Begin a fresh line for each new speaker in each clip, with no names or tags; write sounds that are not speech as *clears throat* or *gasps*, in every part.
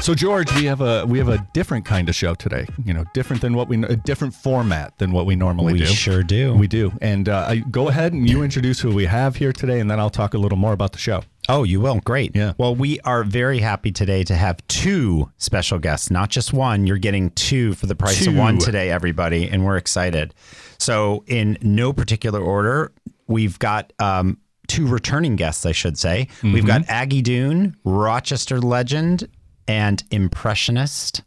So George, we have a we have a different kind of show today. You know, different than what we a different format than what we normally
We
do.
sure do.
We do. And uh, I, go ahead and you introduce who we have here today, and then I'll talk a little more about the show.
Oh, you will. Great.
Yeah.
Well, we are very happy today to have two special guests, not just one. You're getting two for the price of
Two.
one today, everybody, and we're excited. So, in no particular order, we've got um, two returning guests, I should say. We've got Aggie Dune, Rochester legend and impressionist.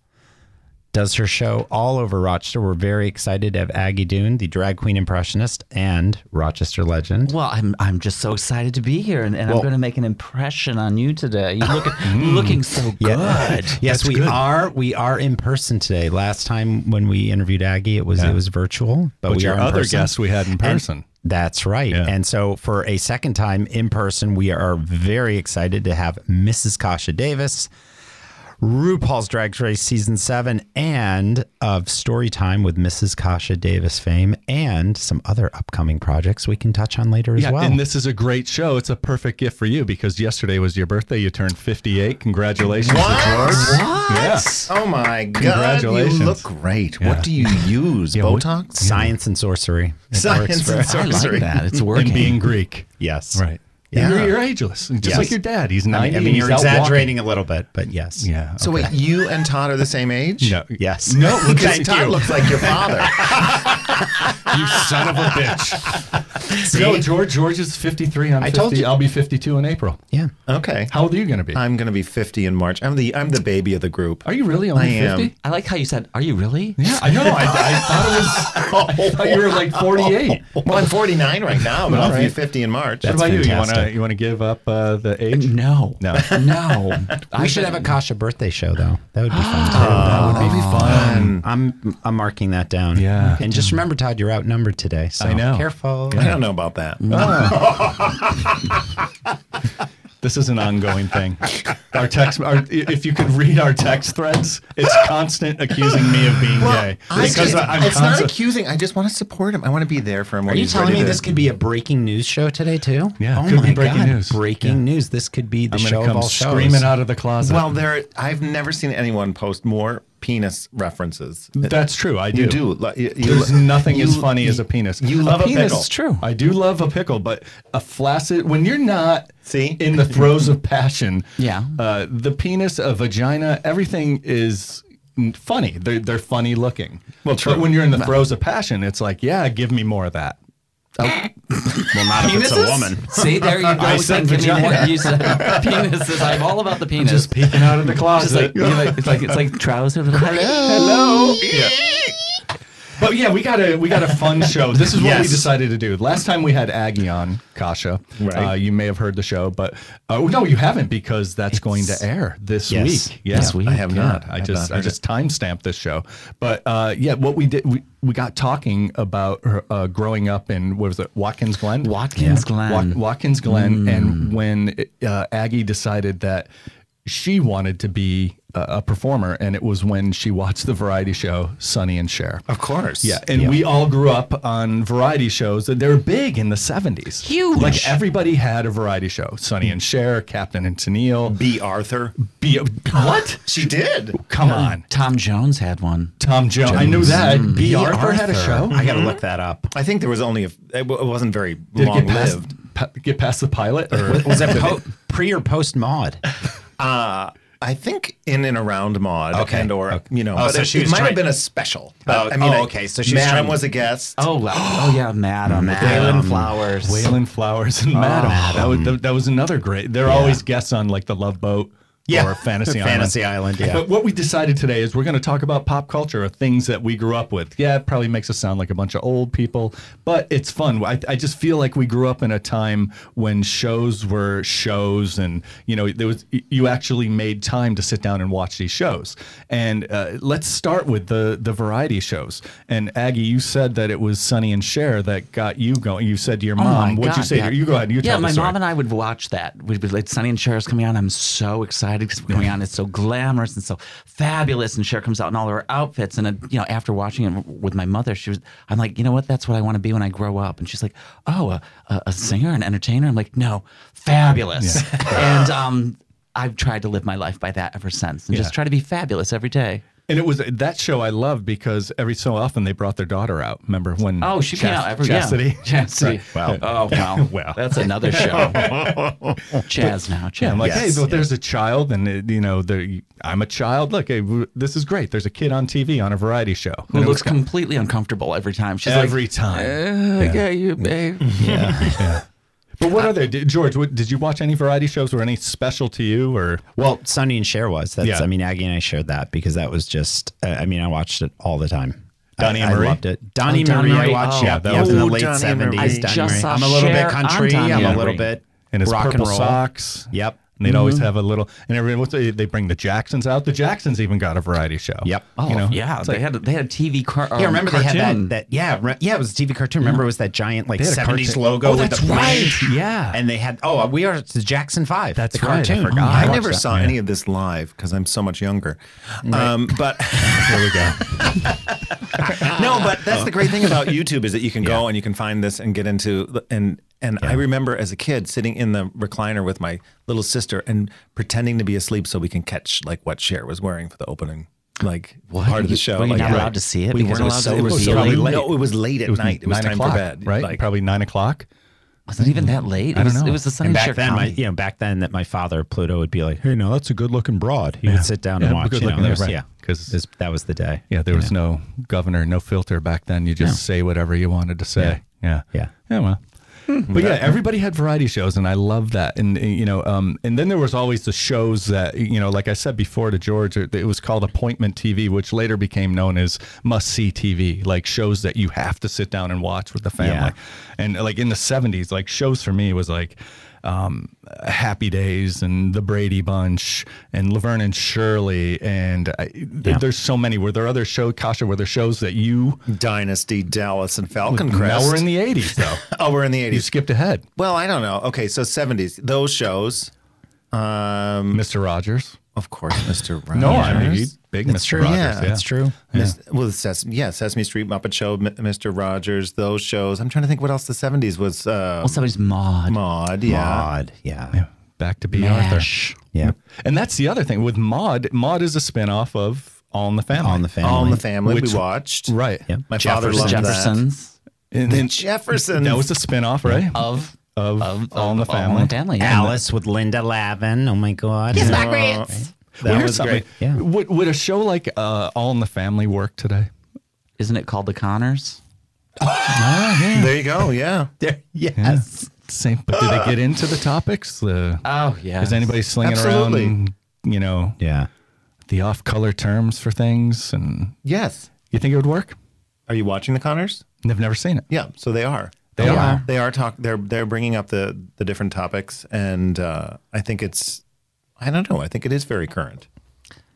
Does her show all over Rochester. We're very excited to have Aggie Dune, the drag queen impressionist and Rochester legend.
Well, I'm I'm just so excited to be here, and, and I'm going to make an impression on you today. You
*gasps*
look
Hmm.
looking so good.
*laughs* yes, we are. We are in person today. Last time when we interviewed Aggie, it was it was virtual, but,
But
we
your
are in
other
person.
guests we had in
And-
person.
that's right. And so for a second time in person, we are very excited to have Mrs. Kasha Davis, RuPaul's Drag Race season seven, and of Storytime with Mrs. Kasha Davis fame, and some other upcoming projects we can touch on later as well.
and this is a great show. It's a perfect gift for you because yesterday was your birthday. You turned 58. Congratulations, to George.
Oh my god!
Congratulations.
You look great. What do you use? Botox?
Science and sorcery. It works
Science
for-
and
*laughs*
I
sorcery.
like that. It's
And
working.
being Greek.
yes.
Right.
Yeah.
You're, you're ageless, just
Yes.
like your dad. He's
I
90.
mean, I
and
mean,
he's
you're
out walking.
exaggerating a little bit, but yes.
Yeah.
*laughs* So wait, you and Todd are the same age?
No.
Yes.
No,
because
thank
Todd
you.
looks like your father.
you son of a bitch.
*laughs*
No, George. George is 53. I'm 50.
told you.
I'll be 52 in April.
*laughs* Yeah.
Okay.
How old are you going to be?
I'm gonna be 50 in March. I'm the I'm the baby of the group.
are you really only
I am.
50?
I like how you said, "Are you really?"
Yeah, I know. I, I
*laughs*
thought it was. I thought you were like 48. What
Well, I'm 49 right now, but I'll be 50 in March.
about you? You want to
fantastic.
you want to give up uh, the age?
No,
No.
*laughs* no.
We should have a Kasha birthday show though. That would
*gasps*
be fun.
that would be fun.
too. I'm I'm marking that down.
Yeah.
And just remember, Todd, you're outnumbered today. So
I know.
Careful.
I don't know about that.
This is an ongoing thing. Our text, our, if you could read our text threads, it's constant accusing me of being gay
I just-
I'm
it's not
constant-
accusing. I just want to support him. I want to be there for him.
Are you telling me this could be a breaking news show today too?
Yeah,
Oh
could be
my
breaking
God.
news.
Breaking news. This could be the
I'm
show
going to
of
come
all shows.
screaming out of the closet.
*laughs* Well, there. I've never seen anyone post more penis references.
that's true. I do.
You do. Like, You, you-
There's nothing as
you-
funny as a penis.
you love a
penis.
pickle.
It's true. I do love a pickle, but a flaccid when you're not
See?
in the throes of passion.
Yeah.
Uh, the penis, a vagina, everything is n- funny. They're they're funny looking. Well,
true.
But when you're in the throes of passion, it's like, yeah, give me more of that.
Oh.
*laughs*
Well, not if it's a woman.
See, there you go.
I said
Give me
vagina.
more. You said penises. I'm all about the penis.
Just peeking out of the
Just
closet.
like, you know, it's like it's like trousers. Hello.
Hello. But yeah, we got a we got a fun show. This is what we
Yes.
decided to do. Last time we had Aggie on Kasha.
Right.
Uh, you may have heard the show, but oh no, you haven't because that's going to air this
Yes.
week. Yeah,
This week,
I have not.
I
I've
just
not
I
heard
just timestamped this show. But uh, yeah, what we did we, we got talking about her, uh, growing up in what was it Watkins Glen?
Watkins Glen.
Wat- Watkins Glen, and when uh, Aggie decided that she wanted to be a, a performer, and it was when she watched the variety show Sonny and Cher.
Of course.
Yeah, and we all grew up on variety shows that they were big in the 70s.
Huge.
Like everybody had a variety show. Sonny and Cher, Captain and Tennille.
B. Arthur.
B- what?
She did.
Come on.
Tom Jones had one.
Tom Jones. I knew that. B. Arthur, Mm-hmm. had a
Arthur.
show.
I got to look that up.
I think there was only a. It wa- it wasn't very
Did it
long
get past,
lived.
pa- get past the pilot? Or
Was that po- pre or post mod?
I think in and around Maud,
Okay.
and or you know,
Oh,
but
so
it,
she
it
was
might
trying-
have been a special.
Oh,
But, I mean,
oh,
I-
okay, so she was
Madam
trying-
was a guest.
Oh wow. Oh yeah, Madam.
Madam.
Waylon Flowers.
Waylon Flowers and Madam. That, was, that, was another great. They're always guests on like the Love Boat
Yeah.
or Fantasy Island.
Fantasy Island, yeah.
But what we decided today is we're going to talk about pop culture or things that we grew up with. Yeah, it probably makes us sound like a bunch of old people, but it's fun. I, I just feel like we grew up in a time when shows were shows, and you know there was you actually made time to sit down and watch these shows. And uh, let's start with the the variety shows. And Aggie, you said that it was Sonny and Cher that got you going. You said to your
Oh
mom,
my
"What'd you
God,
say?" to
yeah.
her? You go ahead. You
yeah,
tell the
my
story.
mom and I would watch that. We'd be like, Sunny and Cher is coming out. I'm so excited because we're coming out. And it's so glamorous and so fabulous. And Cher comes out in all her outfits. And, uh, you know, after watching it with my mother, she was, I'm like, you know what? That's what I want to be when I grow up. And she's like, oh, a, a, a singer, an entertainer. I'm like, no, fabulous. *laughs* and, um, I've tried to live my life by that ever since and just
Yeah.
try to be fabulous every day.
And it was that show I love because every so often they brought their daughter out. Remember when?
Oh, she came
Chas-
out every
Chastity.
Yeah. *laughs* Chastity.
Wow.
Oh, wow.
*laughs* Wow.
That's
*laughs*
another show. Chaz now. Chaz.
Yeah, I'm like,
Yes,
hey, but
yeah.
there's a child, and it, you know, there- I'm a child. Look, hey, w- this is great. There's a kid on TV on a variety show
who
And it
looks
was
completely uncomfortable every time. She's
every
like,
time.
"Uh, I got you, babe.
But what other did, George? What, did you watch any variety shows or any special to you? Or
Well, Sonny and Cher was. That's.
Yeah.
I mean, Aggie and I shared that because that was just. Uh, I mean, I watched it all the time.
Donnie
I,
and Marie?
I loved it. Donnie,
Oh, Donnie
Marie, I
Marie.
watched.
Oh,
yeah,
that
that was in the
was-
late
Ooh, Donnie and Marie.
seventies.
I
Donnie
just
Marie.
saw
I'm a little
Cher
bit
on
country.
Donnie
I'm a
and
little
Marie.
bit
and his
rock
purple
and roll.
socks.
Yep.
And they'd
Mm-hmm.
always have a little. And everyone, what's they, they bring the Jacksons out. The Jacksons even got a variety show.
Yep.
Oh,
You know?
yeah. They had, they had a TV car.
Yeah, remember
cartoon.
they had that, that yeah, re- yeah, it was a TV cartoon. Remember it was that giant like
They had a
seventies
cartoon.
logo
Oh,
with
that's
the flash.
right.
Yeah. And they had oh we are it's the Jackson Five.
That's
the
right, I
cartoon.
forgot.
Oh,
I
I
watched
never
that.
saw any of this live because I'm so much younger. Um, but *laughs*
There we
*laughs*
go.
no, but that's the great thing about YouTube is that you can go and you can find this and get into the- and and I remember as a kid sitting in the recliner with my little sister and pretending to be asleep so we can catch like what Cher was wearing for the opening like
What?
part of the
You-
show.
were you
like,
not allowed to see it
We
because
weren't
it was
allowed
so
to. It was
revealing?
probably late. No, it was late at
It was
night. It was
nine
time for
o'clock,
bed.
right?
Like,
Probably nine o'clock.
Wasn't even that late. It
don't
was,
know.
It was the Sunny
And
Share
back then, my,
comedy.
you know, back then that my father Pluto would be like, "Hey, no, that's a good looking broad." He would sit down
Yeah,
and watch.
good
You know,
looking,
there was-
right.
Yeah,
'Cause-
because that was the day.
Yeah, there was no governor, no filter back then. You just say whatever you wanted to say. Yeah.
Yeah. Hmm.
Yeah, well. But yeah, everybody had variety shows, and I love that. And uh, you know, um, and then there was always the shows that you know, like I said before to George, it it was called appointment TV, which later became known as must see TV, like shows that you have to sit down and watch with the family. And like in the '70s, like shows for me was like um, Happy Days and The Brady Bunch and Laverne and Shirley, and I, th- there's so many. Were there other show, Kasha? Were there shows that you?
Dynasty, Dallas, and Falcon Crest.
Now we're in the '80s, though.
oh, we're in the
you
80s.
skipped ahead,
Well, I don't know. Okay, so 70s. Those shows. Um,
Mr. Rogers.
of course, Mr. Rogers.
No, I mean, he's big Mr.
true.
Rogers.
Yeah,
That's true.
Mis- Well, it says, yeah, Sesame Street, Muppet Show, M- Mr. Rogers, those shows. I'm trying to think what else the 70s was. Uh,
well, somebody's Maud.
Maud, yeah.
Odd. Yeah.
Back to B.
Mash.
Arthur.
Yeah.
And that's the other thing with Maud. Maud is a spinoff of All in the Family.
On the family.
All in the Family,
Um, Which-
we watched.
Right.
Yep.
My father loved that.
Jeffersons
And,
The
and
Jeffersons.
that was a spinoff, right?
of
Of, All in the
All
Family.
in the Family. yeah.
Alice with Linda Lavin. Oh my God.
my grits.
Well,
that
here's
was
something.
great.
Yeah.
Would, would a show like uh, All in the Family work today?
Isn't it called The Connors?
There you go. Yeah.
There- Yes.
Same. But do they get into the topics? Uh,
Oh, yeah.
is anybody slinging
Absolutely.
around, you know,
Yeah.
the off-color terms for things? And
Yes.
you think it would work?
Are you watching the Connors?
I've never seen it.
Yeah. So they are.
They
Oh,
are.
wow.
They are talk. They're they're bringing up the the different topics, and uh, I think it's. I don't know. I think it is very current.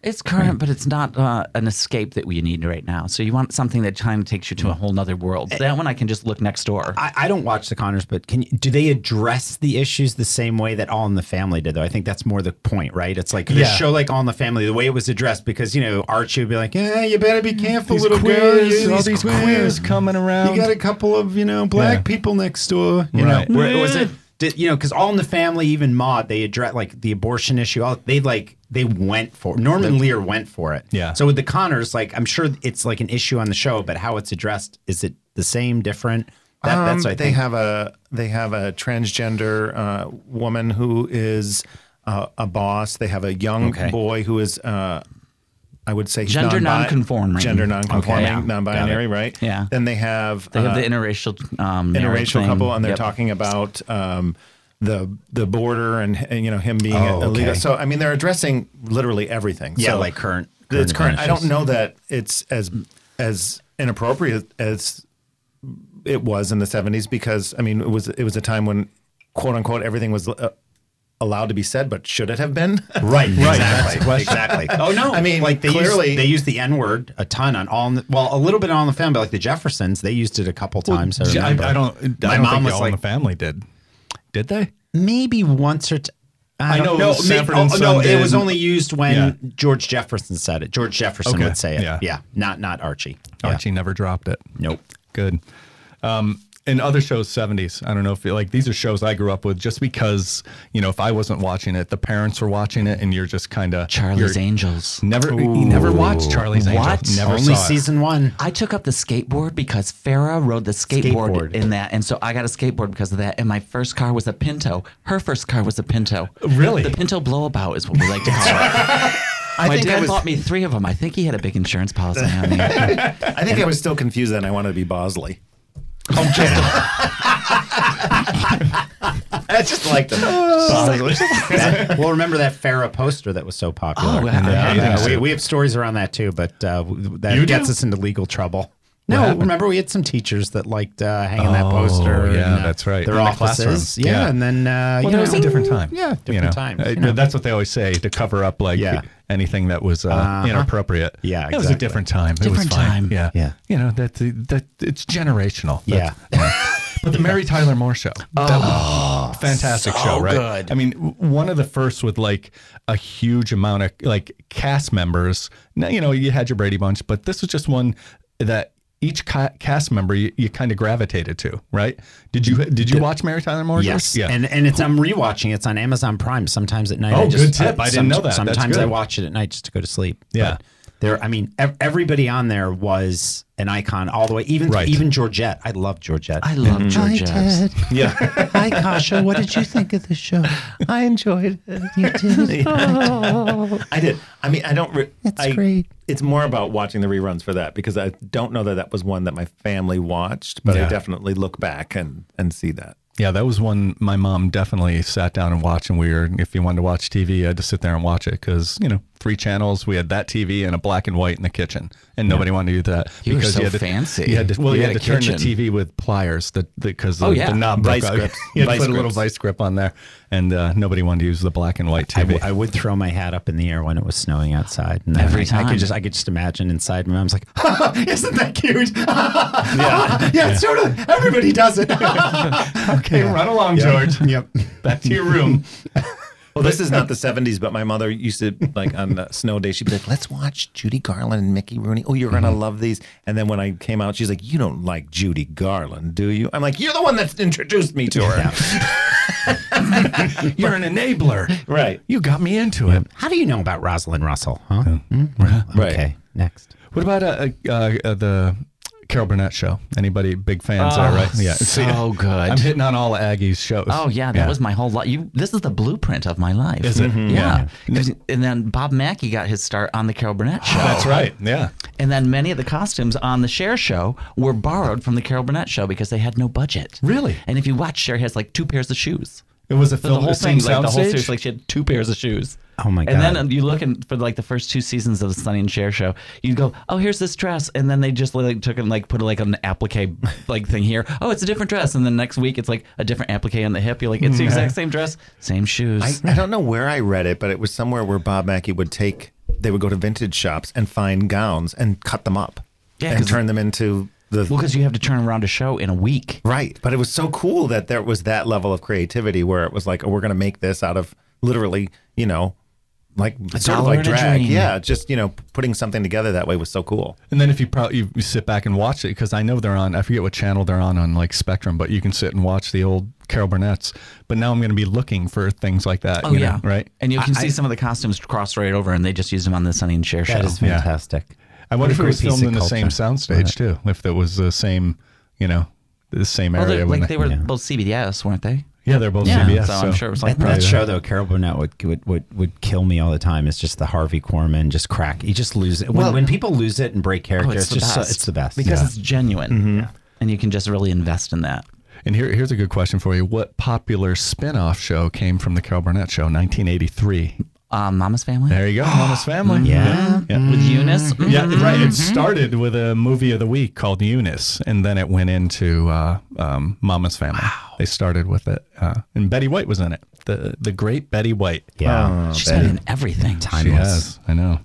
It's current, but it's not uh, an escape that we need right now. So you want something that kind of takes you to a whole nother world. That one I can just look next door.
I, I don't watch the Connors, but can you, do they address the issues the same way that All in the Family did? Though I think that's more the point, right? It's like the
Yeah.
show, like All in the Family, the way it was addressed, because you know Archie would be like, "Yeah, you better be careful,
These
little
queers,
girl.
all these queers coming around."
You got a couple of you know black
Yeah.
people next door. You
Right.
know, where, was it? Did, you know, because All in the Family, even Maud, they address like the abortion issue. All they like they went for Norman Lear went for it.
Yeah.
So with the Connors, like I'm sure it's like an issue on the show, but how it's addressed is it the same, different? That,
Um,
that's what I
they
think.
have a they have a transgender uh, woman who is uh, a boss. They have a young
Okay.
boy who is uh, I would say he's
Gender
non-bi-
nonconforming.
gender nonconforming,
Okay. Yeah.
non-binary, right?
Yeah.
Then they have
they have
uh,
the interracial um, marriage
interracial
thing.
couple, and they're
Yep.
talking about um, the the border and, and, you know him being
Oh,
illegal.
okay.
So I mean, they're addressing literally everything.
Yeah,
So
like current-
It's
current
current. I don't
issues.
know that it's as as inappropriate as it was in the '70s because I mean it was it was a time when quote unquote everything was. Uh, Allowed to be said, but should it have been? *laughs*
Right, exactly, exactly. Oh no,
I mean,
like they
clearly-
used, they used the N word a ton on all. In the, well, a little bit on All in the family, but like the Jeffersons, they used it a couple times. I,
Gee, I,
remember.
I don't.
My
I don't
mom
think
was
all in
like,
the family did. Did they?
maybe once or. T-
I
don't
know
know.
Sanford
May-
and
oh, no,
Son
it was
did.
only used when
Yeah.
George Jefferson said it. George Jefferson
Okay,
would say it.
yeah.
Yeah, not not Archie. Yeah.
Archie never dropped it.
Nope.
Good. Um, and other shows 70s. I don't know if like these are shows I grew up with just because, you know, if I wasn't watching it, the parents were watching it and you're just kind of
Charlie's Angels.
Never you never watched Charlie's Angels.
What?
Never
Only
saw it.
season one.
*laughs* I took up the skateboard because Farah rode the skateboard,
Skateboard.
in that, and so I got a skateboard because of that. And my first car was a Pinto. Her first car was a Pinto.
Really?
the Pinto blowabout is what we like to call it.
*laughs* I
my
think I
dad
was-
bought me three of them. I think he had a big insurance policy on
*laughs*
me. I
I think I was still confused then. I wanted to be Bosley.
*laughs*
I just liked him.
*laughs*
well, remember that Farrah poster that was so popular.
Oh, wow.
Yeah,
Yeah,
yeah.
we, we have stories around that too, but uh, w- that
You
gets
do?
us into legal trouble. No, remember we had some teachers that liked uh, hanging that poster.
Oh, yeah,
in, uh,
that's right.
Their
In the
offices.
classroom.
yeah,
Yeah.
and then uh, you
Well, that
know,
was a different time.
Yeah, different
you know?
time.
Uh,
you know.
That's what they always say to cover up like
Yeah.
anything that was uh, inappropriate.
Yeah,
it was a
exactly.
different time. it was
Different
fine.
time.
Yeah,
Yeah.
You know that that it's generational.
yeah.
That's- But the Mary Tyler Moore show, that was a fantastic show, right?
good.
I mean, w- one of the first with like a huge amount of like cast members. Now you know you had your Brady Bunch, but this was just one that each ca- cast member you, you kind of gravitated to, right? Did you did you watch Mary Tyler Moore?
Yes.
Joyce? Yeah.
And and it's I'm rewatching. It's on Amazon Prime. Sometimes at night.
Oh,
I just,
good tip. I didn't know that. That's
Sometimes
good.
I watch it at night just to go to sleep.
Yeah.
But there. I mean, ev- everybody on there was an icon all the way. Even
Right.
even Georgette. I love Georgette.
love
Mm-hmm.
Georgia.
Yeah.
Hi, Kasha. What did you think of the show?
I enjoyed it.
You did.
*laughs*
Oh.
I did. I mean, I don't. Re-
That's
I-
great.
It's more about watching the reruns for that because I don't know that that was one that my family watched, but
Yeah.
I definitely look back and and see that.
Yeah, that was one my mom definitely sat down and watched. And we were, if you wanted to watch TV, you had to sit there and watch it because, you know, three channels. We had that TV and a black and white in the kitchen. And nobody wanted to do that.
You were so
had to,
fancy.
You had to, well, you,
You
had,
had
to
a
turn the
kitchen.
TV with pliers because the, because
Oh,
the,
yeah.
the knob
Vice
broke out.
grips.
You had to
Vice
put a little
grips.
vice grip on there. And uh, nobody wanted to use the black and white TV.
I, w- I would throw my hat up in the air when it was snowing outside. And then
Every
I, I
time.
could just I could just imagine inside. My mom's like, *laughs* "Isn't that cute? *laughs* yeah, *laughs* yeah, it's totally. Everybody does it." *laughs*
okay, run along, George.
yep.
Back to your room.
Well, this is not the 70s, but my mother used to, like, on a snow day, she'd be like, let's watch Judy Garland and Mickey Rooney. Oh, you're going to love these. And then when I came out, she's like, you don't like Judy Garland, do you? I'm like, you're the one that's introduced me to her. *laughs*
You're an enabler.
Right.
You got me into it.
How do you know about Rosalind Russell? Huh? Mm,
Right.
Okay. Next.
What about uh, uh, uh, the Carol Burnett show? Anybody big fans? all right, yeah.
so
See,
good.
I'm hitting on all Aggie's shows.
Ah, Oh yeah, that was my whole life. You, this is the blueprint of my life.
Is it?
Mm-hmm.
Mhm.
Yeah. 'Cause- And then Bob Mackey got his start on the Carol Burnett show.
That's right. Yeah.
And then many of the costumes on the Cher show were borrowed from the Carol Burnett show because they had no budget.
Really?
And if you watch, Cher has like two pairs of shoes.
It was a
So the
film.
whole
the
thing,
same
like the whole
soundstage?
series, like she had two pairs of shoes.
Oh, my
And
God.
then you look in for like the first two seasons of the Sunny and Cher show, you go, oh, here's this dress, and then they just like took and like put like an applique like thing here. Oh, it's a different dress, and then next week it's like a different applique on the hip. You're like, it's the exact same dress, same shoes.
I, I don't know where I read it, but it was somewhere where Bob Mackey would take, they would go to vintage shops and find gowns and cut them up
Yeah,
and
'cause-
turn them into the.
well, because you have to turn around a show in a week.
Right. But it was so cool that there was that level of creativity where it was like, oh, we're going to make this out of literally, you know, like sort of
dollar
like
and a
drag.
dream.
Yeah. Just, you know, putting something together that way was so cool.
And then if you probably you sit back and watch it because I know they're on. I forget what channel they're on on like Spectrum, but you can sit and watch the old Carol Burnett's. But now I'm going to be looking for things like that.
Oh
you
yeah,
know, right.
And you can see some of the costumes cross right over, and they just used them on the Sunny and Cher show.
That is fantastic.
I wonder if it
Great
was
piece
filmed
of
in the same
culture.
soundstage too. If it was the same, you know, the same
Well,
area.
they're-
when
like they were both CBS, weren't they?
yeah, they're both
Yeah,
CBS.
so I'm sure it was like
That, that show though, Carol Burnett would, would would would kill me all the time. It's just the Harvey Korman just crack. You just lose it. When, when people lose it and break character,
Oh, it's
it's,
the
just so,
best.
it's the best.
because
Yeah. Mm-hmm.
it's genuine, and you can just really invest in that.
And here, here's a good question for you. What popular spin-off show came from the Carol Burnett show, 1983?
Um, Mama's Family
There you go, Mama's
*gasps*
Family.
Yeah.
Yeah.
with Eunice.
Mm-hmm.
Mm.
Yeah, right. It started with a movie of the week called Eunice, and then it went into uh, um, Mama's Family. They started with it, uh, and Betty White was in it. The the great Betty White.
yeah.
She's been in everything.
she has. I know.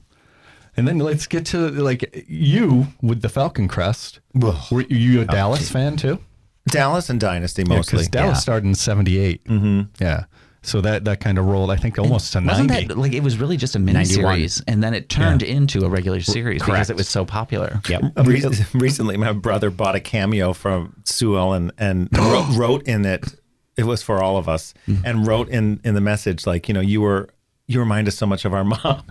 And then let's get to like you with the Falcon Crest. Were you a Dallas fan too?
Dallas and Dynasty
Because
mostly.
Dallas started in '78. Mm-hmm. Yeah. So that that kind of rolled, I think, almost to
Wasn't
90.
that like it was really just a mini
91.
series, and then it turned into a regular series because
correct.
it was so popular.
Yep.
*laughs* Re- recently, my brother bought a cameo from Sue Ellen and wrote, wrote in it. It was for all of us, and wrote in in the message like, you know, you were you remind us so much of our mom. *laughs*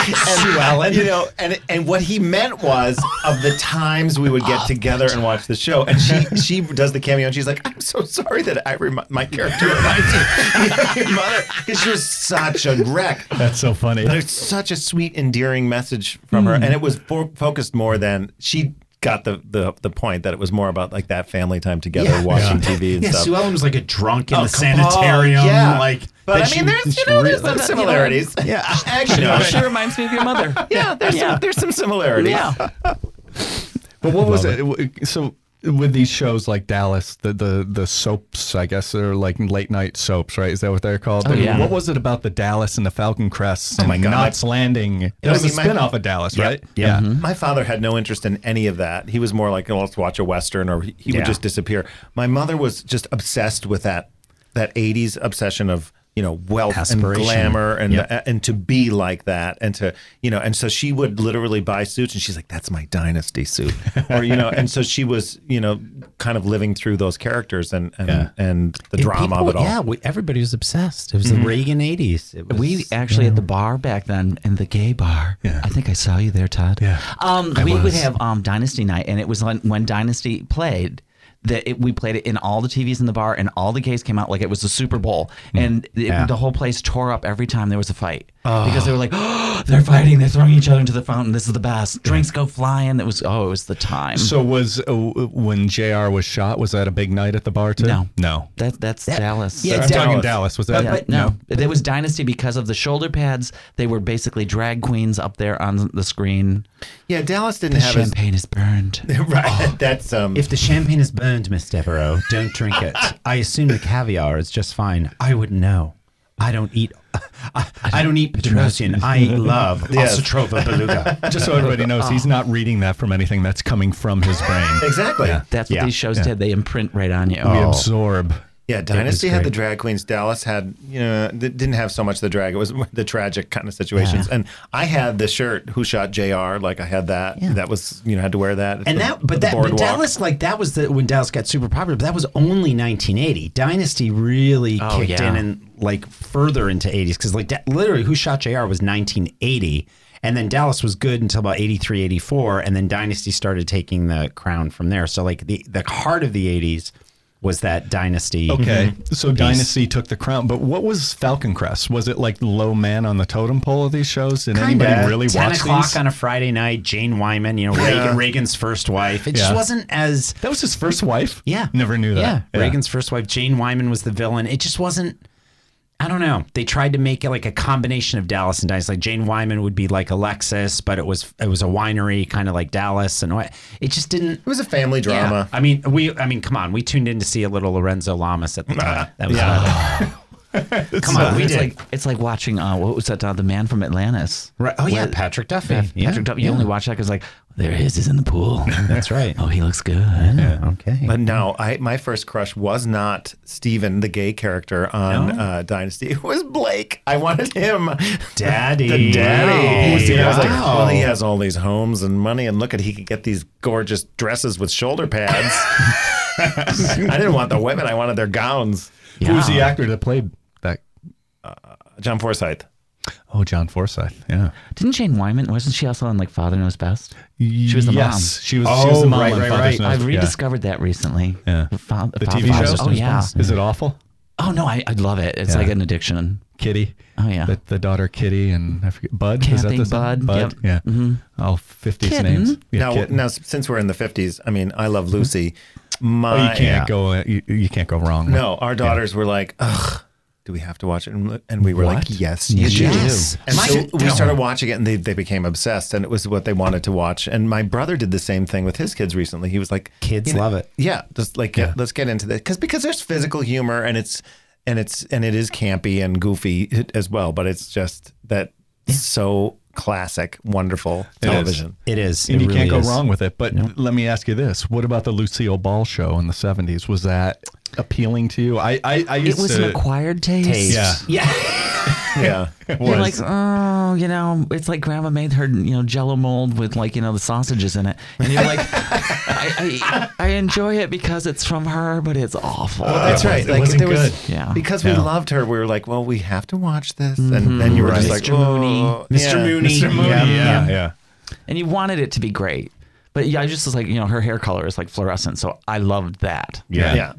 Sue Ellen, you know, and and what he meant was of the times we would get together and watch the show, and she she does the cameo, and she's like, I'm so sorry that I remi- my character reminds you of your mother because she was such a wreck.
That's so funny.
But it's such a sweet, endearing message from her, and it was fo- focused more than she got the, the the point that it was more about like that family time together, watching TV and
Yeah,
stuff.
Sue Ellen was like a drunk in
Oh,
the
come
*laughs*
on,
sanitarium.
yeah.
Like,
but
that
I
she-
mean, there's you know there's some
really-
similarities. Yeah, *laughs* actually,
No, she reminds me of your mother.
*laughs*
yeah, there's
Yeah.
Some, there's some similarities.
yeah.
But what was it? W- So with these shows like Dallas, the the the soaps, I guess they're like late night soaps, right? Is that what they're called? I mean,
Oh, yeah.
What was it about the Dallas and the Falcon Crest and
Oh my God.
Knots Landing? That
I
was a
mean, my- Mm-hmm.
spin off of Dallas, right?
yeah.
My father had no interest in any of that. He was more like, oh, let's watch a western, or he, he would
Yeah.
just disappear. My mother was just obsessed with that that '80s obsession of you know wealth
Aspiration.
and glamour and
Yep.
and to be like that and to you know and so she would literally buy suits and she's like, that's my dynasty suit, or you know, and so she was you know kind of living through those characters and and and the
And
drama
people-
of it all.
Yeah, we, everybody was obsessed. It was the Reagan 80s. It was,
We actually at the bar back then, in the gay bar. I think I saw you there, Todd.
Yeah,
Um, we would have um, Dynasty night, and it was when, when Dynasty played. That it, we played it in all the TVs in the bar, and all the gays came out like it was the Super Bowl,
Mm.
and it, the whole place tore up every time there was a fight because they were like, *gasps* oh, "They're fighting! They're throwing each other into the fountain! This is the best! Drinks go flying!" It was oh, it was the time.
So was uh, when Jr. was shot? Was that a big night at the bar too?
No.
no.
that, that's Dallas.
I'm talking Dallas. Was that?
Yeah, no, it was Dynasty because of the shoulder pads. They were basically drag queens up there on the screen.
Yeah, Dallas didn't
The
have as,
*laughs*
champagne is burned.
right. *laughs* That's um.
If the champagne is burned, Miss Devereaux, don't drink *laughs* it. I assume the caviar is just fine. I wouldn't know. I don't eat. *laughs* I, I don't eat Petrosian. I love *laughs*
Yes.
Ostrova *laughs* beluga.
Just so everybody knows,
Oh.
he's not reading that from anything. That's coming from his
*laughs*
brain.
Exactly.
That's what
Yeah, Oh,
these shows did. They imprint right on you.
We
Oh.
absorb.
Yeah, Dynasty had
great.
the drag queens. Dallas had, you know, th- didn't have so much the drag. It was *laughs* the tragic kind of situations. And I had the shirt "Who Shot Jr." Like I had that. That was, you know, had to wear that. at
And
the-
that, but
the
that, but
boardwalk.
Dallas, like that was the when Dallas got super popular. But that was only 1980. Dynasty really kicked
yeah.
in and like further into 80s because like da- literally, who shot Jr. was 1980, and then Dallas was good until about 83, 84, and then Dynasty started taking the crown from there. So like the the heart of the 80s was that Dynasty.
Okay,
Mm-hmm.
so Dynasty took the crown, but what was Falcon Crest? Was it like low man on the totem pole of these shows? Did anybody
Kinda.
really
10
watch
o'clock
these?
on a Friday night, Jane Wyman, you know, Reagan, Reagan's first wife. It just
Yeah.
wasn't as
that was his first wife.
Yeah.
never knew that.
Yeah. Reagan's first wife, Jane Wyman, was the villain. It just wasn't. I don't know. They tried to make it like a combination of Dallas and Dynasty. Like Jane Wyman would be like Alexis, but it was it was a winery kind of like Dallas and what. It just didn't.
It was a family drama.
I mean, we. I mean, come on. We tuned in to see a little Lorenzo Lamas at the time. That was oh, come on. We
it's
did.
like it's like watching uh, what was that? Uh, the Man from Atlantis.
right. Oh yeah,
What-
Patrick Duffy.
Yeah, Patrick Duffy. You only watch that because like there he is. He's in the pool.
*laughs* That's right.
oh, he looks good.
Yeah, okay.
But no, I my first crush was not Steven, the gay character on uh, Dynasty. *laughs* It was Blake. I wanted him.
Daddy.
The daddy.
Wow.
He was- you know, I was like,
Wow.
well, he has all these homes and money, and look at he could get these gorgeous dresses with shoulder pads. I didn't want the women; I wanted their gowns.
Who was the actor that played that?
John Forsythe.
Oh, John Forsyth. Yeah,
Didn't Jane Wyman? Wasn't she also on like Father Knows Best? She was the
yes,
mom.
She was. she was
Oh,
the mom
right,
on
right,
Father's
right.
Knows-
I've
yeah.
rediscovered that recently.
Yeah.
The, fa-
the
Father
TV
Knows
show.
Best. Oh yeah.
Is it awful?
Oh no, I, I love it. It's like an addiction.
Kitty.
Oh, yeah.
The, the daughter Kitty and I forget Bud. Is that
Camping
the son?
Bud,
Bud.
yep. Mm-hmm.
Yeah. All fifties
Kitten.
names. Yeah,
now,
Kitten.
now, s- since we're in the fifties, I mean, I love Lucy. My
Oh, you can't go. You, you can't go wrong. with-
No, our daughters were like, "Ugh, do we have to watch it?" And, li- and we were
What?
like, "Yes, you do."
Yes.
And
My-
so we started watching it, and they, they became obsessed, and it was what they wanted to watch. And my brother did the same thing with his kids recently. He was like,
Kids
you know,
love it.
Yeah, just like yeah, let's get into this because because there's physical humor, and it's and it's and it is campy and goofy as well, but it's just that so classic, wonderful television.
It is.
And
It
you
really
can't go
is.
wrong with it. But let me ask you this: What about the Lucille Ball show in the '70s? Was that appealing to you? I I, I used
it was
to.
an acquired taste.
yeah,
yeah.
it
You're like,
was.
oh, you know, it's like grandma made her, you know, jello mold with like, you know, the sausages in it. And you're like, I, I, I enjoy it because it's from her, but it's awful.
That's right.
It wasn't good.
Yeah.
because we
Yeah.
loved her. We were like, well, we have to watch this, and then you were just
Right.
like,
Mr. Mooney.
oh,
Mr.
yeah.
Mooney.
Mr. Mooney. Yeah, yeah. yeah.
and you wanted it to be great. But yeah, I just was like, you know, her hair color is like fluorescent. So I loved that.
Yeah.
Yeah.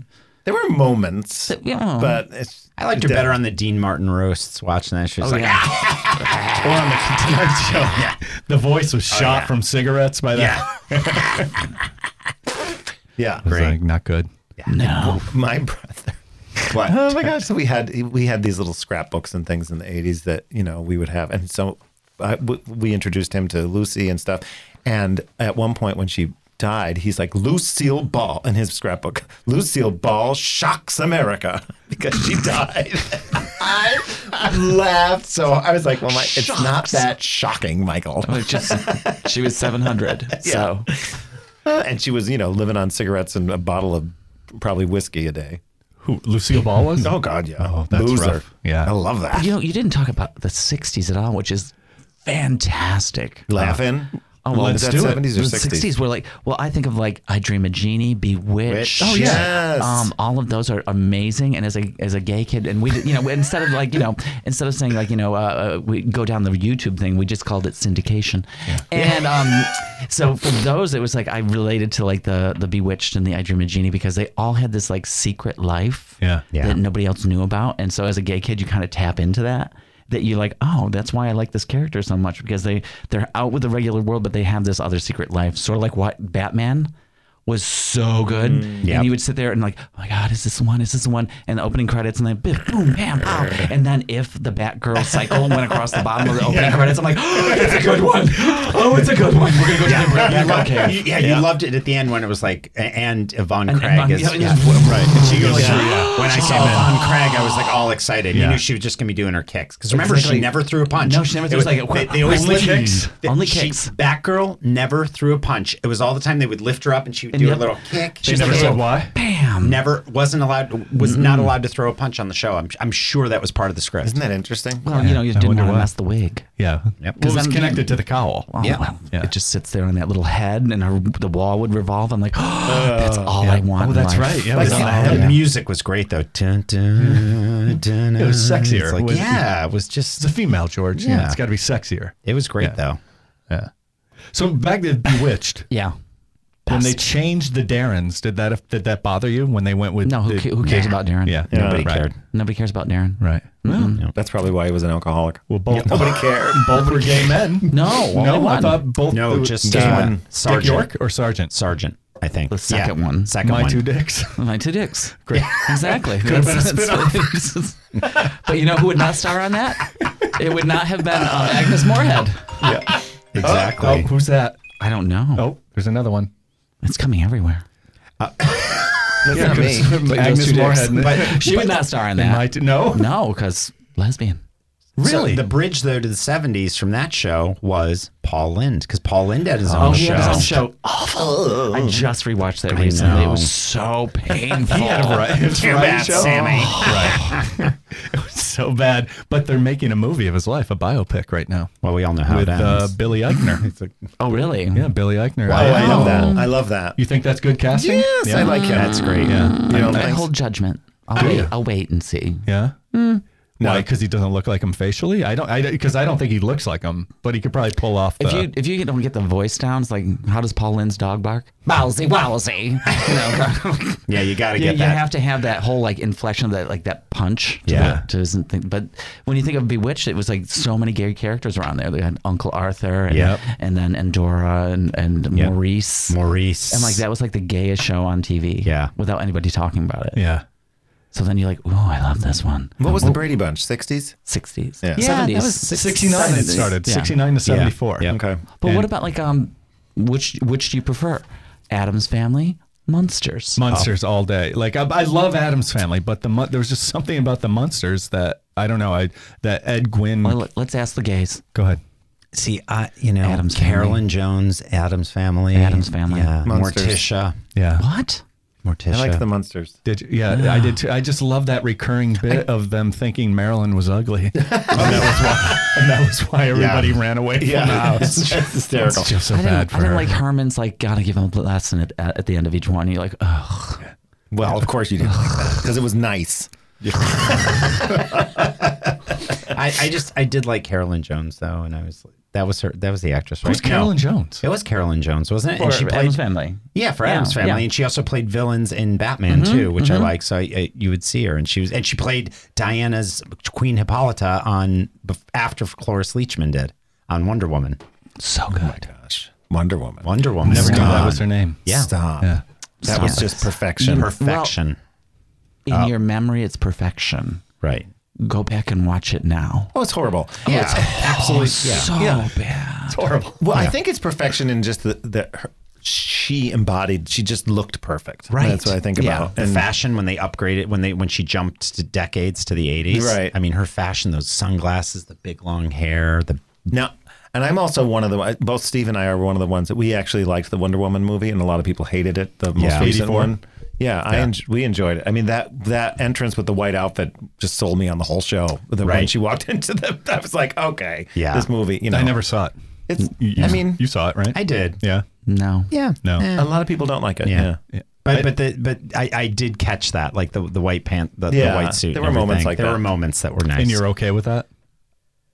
There were moments,
yeah.
but it's,
I liked her
Yeah.
better on the Dean Martin roasts. Watching that, she was
Oh,
like,
yeah.
Or on the Tonight Show, the voice was shot from cigarettes by *laughs* that.
"Ah,
yeah.
It was like, not good.
No.
My *laughs* brother.
What?
Oh my gosh! So we had we had these little scrapbooks and things in the '80s that you know we would have, and so I, w- we introduced him to Lucy and stuff. And at one point when she died, he's like Lucille Ball in his scrapbook. *laughs* Lucille Ball shocks America *laughs* because she died. I, I laughed so I was like, well, my, it's not that shocking, Michael.
It was just, she was 700. So
And she was, you know, living on cigarettes and a bottle of probably whiskey a day.
Who Lucille Ball was?
Oh God, yeah.
Oh, that's
Loser.
rough. Yeah.
I love that.
you know, you didn't talk about the 60s at all, which is fantastic.
Laughing.
Oh, well,
Was
let's
that
do it.
70s or
the
60s?
60s were like, well, I think of like I Dream a Genie, Bewitched.
Oh, yeah. Yes.
Um, all of those are amazing. And as a as a gay kid, and we did- you know instead of like you
*laughs*
know instead of saying like you know uh, uh, we go down the YouTube thing, we just called it syndication. And
*laughs*
um, so for those, it was like I related to like the the Bewitched and the I Dream a Genie because they all had this like secret life
Yeah.
Yeah.
that nobody else knew about. And so as a gay kid, you kind of tap into that. That you like, oh, that's why I like this character so much because they they're out with the regular world, but they have this other secret life. Sort of like what Batman was so good,
Mm. Yep.
and you would sit there and like, oh my god, is this the one? Is this the one? And the opening credits, and then boom, boom, bam, pow, and then if the Batgirl cycle went across the bottom of the opening credits, I'm like, oh, it's a
*laughs*
good one. Oh, it's a good one. We're gonna go to the Batman
Yeah,
Rock Cave.
you, yeah, you loved it at the end when it was like, a- and Yvonne
And-
Craig
and-
is,
yeah, "Ah."
yeah.
yeah.
right. And she goes,
Yeah.
yeah. when I saw Yvonne Craig, I was like all excited. You knew she was just gonna be doing her kicks because remember
Exactly.
she never threw a punch.
No, she never
It
threw-
was-
it was
they,
like,
they always
only
lift-
kicks.
they-
Only
she-
kicks.
Batgirl never threw a punch. It was all the time they would lift her up and she would do
yep.
a little kick.
She never Mm-hmm.
said why?
Bam.
Never wasn't allowed. Was not allowed to throw a punch on the show. I'm, I'm sure that was part of the script.
Isn't that interesting?
Well, you know, you
I
didn't
wonder
want to
why.
mess the wig.
Yeah.
Yep.
Well, it was
I'm-
connected to the cowl.
Oh,
Yeah.
well,
Yeah.
It just sits there on that little head, and her, the wall would revolve. I'm like, *gasps*
Uh,
oh, that's all I want.
Oh,
in
that's
life.
right. Yeah, it
Like,
was,
the,
all-
the
yeah.
music was great though. Dun, dun,
*laughs*
dun,
It was sexier.
It's like,
With-
yeah, it was
It's a
just.
female, George. Yeah.
Yeah.
It's got to be sexier.
It was great
Yeah.
though.
Yeah. So back to Bewitched.
Yeah.
when they changed the Darrens, did that did that bother you when they went with
No, who,
the,
ca- who cares about Darren?
Yeah.
Nobody
right.
cared.
Nobody cares about Darren. Mm-hmm.
Right.
That's probably why he was an alcoholic.
Well, both
Oh,
Nobody cared.
both were gay men.
*laughs* No, only
no, I
one.
thought both.
No,
it was
just
Dick
uh,
one.
Dick
Sergeant.
York or Sergeant.
Sergeant, I think. The
second one.
Second
My
one.
two *laughs* dicks. Oh,
My two dicks. Great.
*laughs*
Exactly. That's- that's- but you know who would not star on that? It would not have been um, Agnes Moorehead.
exactly.
Oh, who's that?
I don't know.
Oh, there's another one.
It's coming everywhere.
That's not
*laughs*
me.
Agnes Moorehead. *laughs*
But
She would not star in
And my
that.
two, no,
No, because lesbian.
oh, really.
so the bridge though to the '70s from that show was Paul Lind because Paul Lind had his
Oh,
own
he
show.
had his own show. Awful. I just rewatched that recently. It was so painful.
Oh. he had a variety, *laughs* it's a
Too
variety
bad,
show.
Sammy.
*laughs* Right. it was so bad, but they're making a movie of his life, a biopic right now
Well, we all know how
with
it
uh,
ends.
Billy *laughs* Eichner.
Oh, really?
yeah, Billy Eichner.
Oh, I
know
love that. I love that.
You think that's good casting?
Yes,
yeah.
I like him.
That's great.
Yeah.
You don't
I
think?
hold judgment. I'll wait. I'll wait and see.
Yeah. Why?
No.
Because he doesn't look like him facially. I don't. I because I don't think he looks like him, but he could probably pull off. The,
If you if you don't get the voice down, it's like how does Paul Lynn's dog bark? Bowsy, *laughs* wowsy. You know,
Yeah, you got to
you,
get
you
that.
have to have that whole like inflection, that like that punch. To
Yeah.
the- to isn't think, but when you think of Bewitched, it was like so many gay characters were on there. They had Uncle Arthur, and,
Yep.
and then Andorra and and
Yep.
Maurice.
Maurice.
And like that was like the gayest show on TV.
Yeah.
Without anybody talking about it.
yeah.
So then you're like, ooh, I love this one.
What was the Brady Bunch? 60s?
60s.
Yeah.
Yeah, that
70s.
was
69 it
70s.
started.
Yeah.
69 to 74.
Yeah.
Okay.
But
And-
what about like um, which which do you prefer, Adam's Family, Munsters?
Munsters all day. Like I, I love Adam's family, but the Mun- there was just something about the Munsters that I don't know. I that Ed Gwynn.
well, let- let's ask the gays.
go ahead.
See, I you know,
Addams
Carolyn Jones, Adams Family,
Addams Family.
yeah,
Monsters.
Morticia.
Yeah.
What?
Morticia.
I liked the *laughs* Munsters.
Did you? Yeah, I did. Too. I just love that recurring bit of them thinking Marilyn was ugly,
*laughs*
and that was why, and that was why everybody ran away from the
*laughs*
house.
*laughs* it's hysterical.
It's just so
I didn't,
bad for
I didn't
her.
like Herman's like gotta give him a lesson at, at, at the end of each one. You're like, ugh.
Well, of course you didn't like that because it was nice.
I, I just I did like Carolyn Jones though, and I was that was her that was the actress. Right?
Who's Carolyn Jones?
It was Carolyn Jones, wasn't it? and she
Or
played
Adam's family.
yeah for
Yeah,
Adam's Family,
yeah.
and she also played villains in Batman too, which I like. So I, I, you would see her, and she was and she played Diana's Queen Hippolyta on bef- after Cloris Leachman did on Wonder Woman.
So good.
Gosh, Wonder Woman.
Wonder Woman.
Never knew that
Stop.
was her name.
Yeah.
Stop. Mm,
Yeah.
That was just perfection.
Perfection.
In your memory, it's perfection.
right.
Go back and watch it now.
Oh, it's horrible.
Yeah.
absolutely.
Oh, So
Yeah.
bad.
It's horrible.
*laughs* Well, I think it's perfection in just the, the her, she embodied. She just looked perfect.
Right.
That's what I think
Yeah.
about.
The
And
fashion when they upgraded when they when she jumped to decades to the 80s.
Right.
I mean her fashion, those sunglasses, the big long hair, the
now, and I'm also one of the. Both Steve and I are one of the ones that we actually liked the Wonder Woman movie, and a lot of people hated it. The most
Yeah.
recent
84.
one. Yeah, I en- we enjoyed it. I mean that that entrance with the white outfit just sold me on the whole show. The when
Right.
she walked *laughs* into the, I was like, okay,
Yeah.
this movie. You know,
I never saw it.
It's.
You-
I mean,
you saw it, right?
I did.
Yeah.
No.
Yeah.
No.
a lot of people don't like it.
Yeah.
Yeah.
But but the but I, I did catch that like the the white pant the,
Yeah.
the white suit.
There
and
were moments
everything.
like
there
that.
were moments that were nice.
And you're okay with that?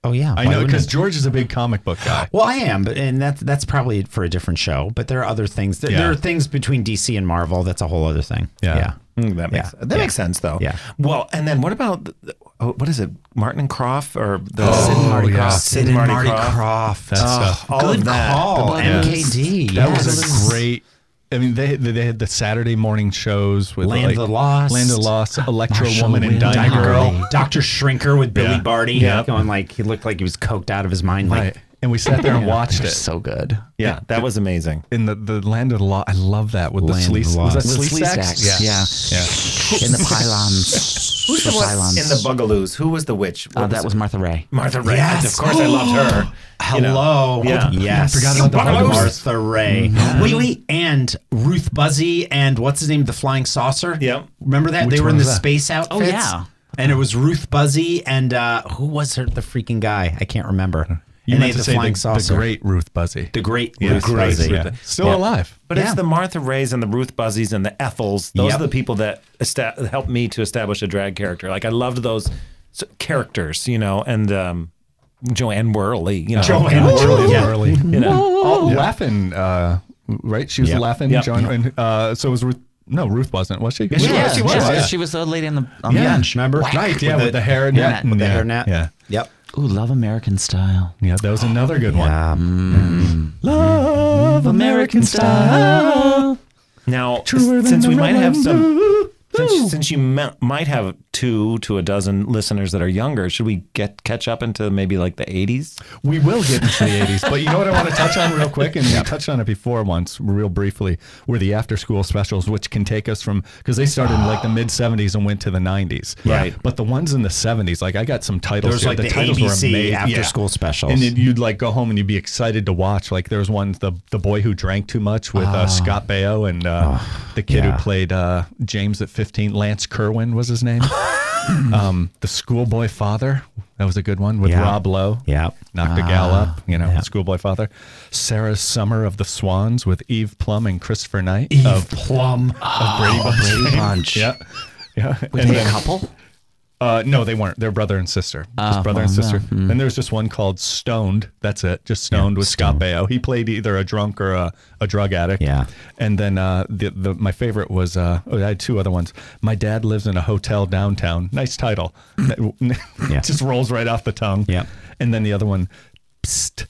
oh yeah,
I
why
know
wouldn't
because
it?
George is a big comic book
*gasps*
guy.
Well, I am, but and that's that's probably for a different show. But there are other things. There,
Yeah.
there are things between DC and Marvel. That's a whole other thing.
Yeah.
Mm, that makes
Yeah.
that
Yeah.
makes sense though.
Yeah.
Well, and then what about the- the- oh, what is it? Martin and Croft or the Oh, Sid and
Marty yeah. Croft.
Oh, Sid and Marty, Croft. Oh,
That stuff.
all of that.
Call.
The Blood
MKD.
That
yes.
was a great. I mean, they they they had the Saturday morning shows with
Land
like,
of the Lost.
Land of the Lost, Electro
Marshall
Woman, and
Wind
Dime
Diver.
Girl.
Dr. Shrinker with Billy
Yeah.
Barty
Yeah.
going like he looked like he was coked out of his mind. Like
Right. And we sat there and watched
They're
it.
so good.
Yeah, that was amazing.
in the, the land of the law, I love that with
Land of
the sleaze.
the
Was that
Lost.
With
sleaze
sleaze
sacks?
sacks.
Yeah.
In the pylons.
Who's
the one Cylons. in the
Bugaloos? Who was the witch?
Uh, that was Martha Ray.
Martha Ray.
Yes.
Of course, I
*gasps*
loved *gasps* her. You know.
Hello. Oh,
Yeah.
Yes.
I forgot about the Mm-hmm.
Martha
Voldemorts.
Martha Ray. Wait, wait. And Ruth Buzzy and what's his name? The Flying Saucer?
Yeah.
Remember that?
Which
they were
one
in the
was that?
space outfits.
yeah.
And it was Ruth Buzzy and uh, who was her, the freaking guy? I can't remember.
You
and they
meant
had
to
the
say
Flying
the, the
Saucer.
great Ruth Buzzy.
the great
Yeah,
Ruth
the great
Buzzy.
Ruth.
Yeah. Still
Yeah.
alive.
But
Yeah.
it's the Martha Rays and the Ruth Buzzies and the Ethels. Those
Yep.
are the people that esta- helped me to establish a drag character. Like I loved those s- characters, you know, and um, Joanne Worley. You know,
Joanne Woo! Worley.
Yeah.
Yeah.
Early.
You know,
Oh, laughing, uh, right? She was
Yep.
laughing.
Yep.
John, and, uh, so it was Ruth. No, Ruth wasn't, was she?
she was,
Yeah,
she was,
yeah.
yeah.
She was the lady on the on the bench.
remember?
Right, yeah, with, the, hair
yeah,
net.
with the
yeah.
hair net.
Yeah.
Yep.
Ooh, love American style.
Yeah, that was another good one.
Um,
Love
American style.
Now,
Truer than
since
the
we might have
Reverend
some, since, since you mi- might have two to a dozen listeners that are younger, should we get catch up into maybe like the 80s?
We will get into the 80s, but you know what I want to touch on real quick? And we touched on it before once, real briefly, were the after school specials, which can take us from, because they started in like the mid 70s and went to the 90s.
Right.
But the ones in the 70s, like I got some titles.
There's
here.
like the
titles
ABC
amazing.
after school specials.
And then you'd like go home and you'd be excited to watch. Like there was one, The, the Boy Who Drank Too Much with uh, Scott Baio and uh, the kid
Ah. yeah.
who played uh, James at 15, Lance Kerwin was his
*laughs*
name. um, the Schoolboy Father. That was a good one with
Yeah. Ah.
Rob Lowe.
Yep.
Knocked a gal up, you know, schoolboy father. Sarah Summer of the Swans with Eve Plum and Christopher Knight of,
Plum.
of Brady Bunch.
Brady
*laughs*
Bunch.
Yeah. Yeah.
With
And
a
then-
couple.
uh, no, they weren't. They're brother and sister. Just brother and sister. And there was just one called Stoned. That's it. Just Stoned with Scott Baio. He played either a drunk or a, a drug addict.
Yeah.
And then uh, the, the my favorite was uh, oh, I had two other ones. My dad lives in a hotel downtown. Nice title. *laughs* yeah. Just rolls right off the tongue.
Yeah.
And then the other one, Psst,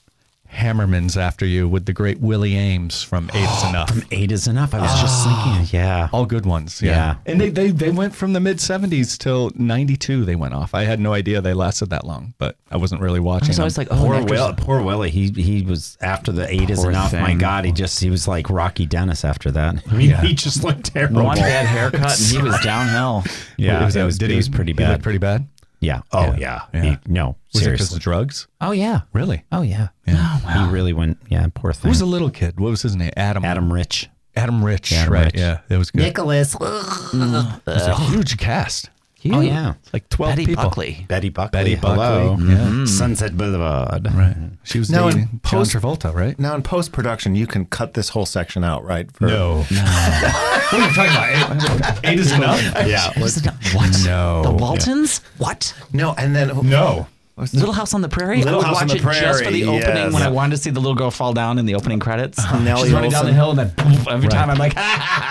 Hammerman's after you with the great Willie Ames from Eight's Enough.
Eight is enough. I was just thinking. *laughs* Yeah.
All good ones. Yeah.
Yeah.
And they, they they went from the mid 70s till 92 they went off. I had no idea they lasted that long, but I wasn't really watching
I was
them.
always like, oh,
Poor
an actress-
Will, poor Willie. He he was after the eight is
Poor
enough. My
thing.
God, he just he was like Rocky Dennis after that. I mean, he just looked terrible.
One bad haircut and he was downhill.
Yeah,
It was,
it was-
did
it
he,
was pretty
he looked
bad.
pretty bad?
yeah. Oh yeah.
Yeah.
He- no,
Was it because
seriously.
of drugs?
oh yeah.
Really?
Oh yeah. He really went. Yeah. Poor
Who
thing.
was the little kid? What was his name? Adam.
Adam Rich.
Adam Rich.
Adam
right.
Rich.
Yeah. That was good.
Nicholas.
It's a huge cast.
Oh, yeah.
It's like 12
Betty
people.
Buckley.
Betty Buckley.
Betty Buckley.
Hello. Mm-hmm.
Yeah.
Sunset Boulevard. Mm-hmm.
Right. She was
No,
dating John
and post-
Travolta, right?
Now in post production, you can cut this whole section out, right? For-
No. no. what are you talking about? Eight, eight is enough?
Yeah.
Isn't that- What?
No.
The Waltons? What?
no. And then
No.
Little House on the Prairie? I
Little
would
House
watch
on the
it just for
Prairie,
the opening
yes.
when I wanted to see the little girl fall down in the opening credits.
Nellie
She's running down the
Olsen.
hill, and then poof, every time I'm like, *laughs*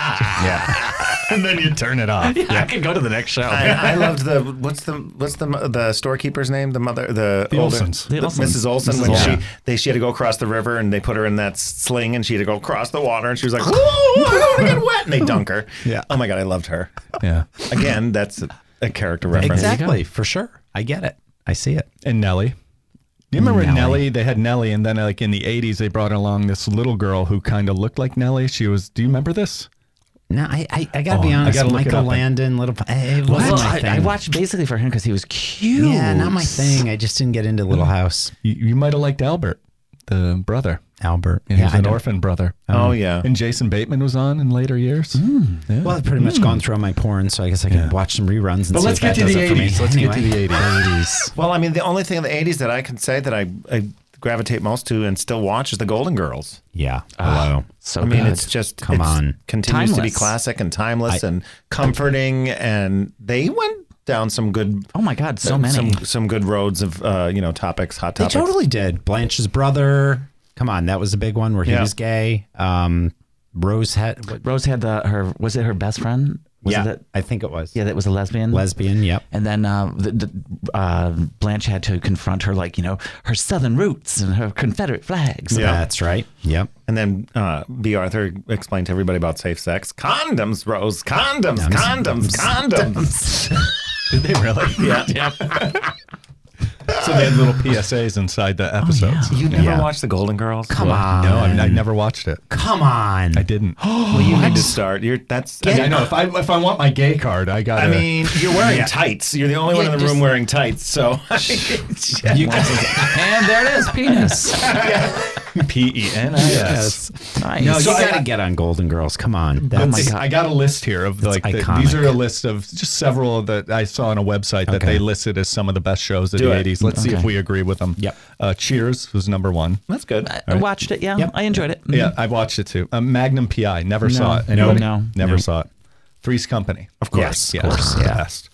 Yeah.
And then you turn it off.
*laughs* I can go to the next show.
I, I loved the what's the what's the the storekeeper's name? The mother, the,
The
older-
Olsons.
the-
The Olsons.
Mrs. Olson.
Mrs.
When
Olsen.
she they she had to go across the river and they put her in that sling and she had to go across the water and she was like, "Whoa, I don't want to get wet!" And they dunk her.
Yeah.
Oh my god, I loved her.
Yeah.
Again, that's a, a character reference.
Exactly. For sure. I get it. I see it.
And Nelly. You remember Nelly. They had Nelly, and then like in the '80s, they brought along this little girl who kind of looked like Nelly. She was. Do you remember this?
No, I, I, I gotta
Oh,
be
I
honest.
gotta look it
Michael
up.
Landon, little. I, it
Well,
wasn't my
I,
thing.
I watched basically for him because he was cute.
Yeah, not my thing. I just didn't get into Little House.
You, you might have liked Albert, the brother.
Albert.
Yeah, he was
I
an
don't-
orphan brother.
Oh yeah.
And Jason Bateman was on in later years. Yeah.
Well, I've pretty much gone through all my porn, so I guess I can watch some reruns. And
Hmm. But
see
let's
if that
get to
does
the
it for me.
80s. Let's get to
Anyway,
the
*laughs*
80s.
Well, I mean, the only thing in the '80s that I can say that I, I gravitate most to and still watch is the Golden Girls.
*laughs* Yeah.
Ah,
Hello.
So
I mean,
good.
it's just
Come
it's-
on.
continues to be
Timeless.
classic and timeless and comforting, and they went down some good.
oh my God, so many.
Some some good roads of uh, you know topics, hot
They
topics.
totally did. Blanche's brother. Come on, that was a big one where he
Yeah.
was gay. Um, Rose had. What,
Rose had the, her, was it her best friend? Was
yeah,
It,
I think it was.
yeah, that was a lesbian.
Lesbian. Yep.
And then uh, the, the, uh, Blanche had to confront her, like, you know, her Southern roots and her Confederate flags.
Yeah.
That's right. Yep.
And then uh, B. Arthur explained to everybody about safe sex. Condoms, Rose. Condoms, condoms, condoms.
*laughs* Did they really?
*laughs* yeah.
so they had little PSAs inside the episodes.
You never
Yeah.
watched The Golden Girls?
Come on.
No, I, mean, I never watched it.
Come on.
I didn't.
Well, you need to start. You're that's.
I mean, I know if I if I want my gay card, I got.
I mean, you're wearing tights. You're the only one in the
just-
room wearing tights. *laughs* So
You
and there it
*laughs*
is, penis.
P E N I S.
yes.
nice.
No, you
So I-
gotta get on Golden Girls. Come
Oh
on. That's,
my God.
I got a list here of like the,
iconic.
these are a list of just several that I saw on a website that
Okay.
they listed as some of the best shows of
Do
the
it.
'80s. Let's see if
Okay.
we agree with them.
Yep.
Uh, Cheers was number one.
that's good.
I, I watched it. Yeah,
Yep.
I enjoyed it.
Yeah, I watched it too. Uh, Magnum PI. Never saw it.
No,
Anybody?
no,
never saw it. Three's Company. Of
course,
Yes,
of course,
the best.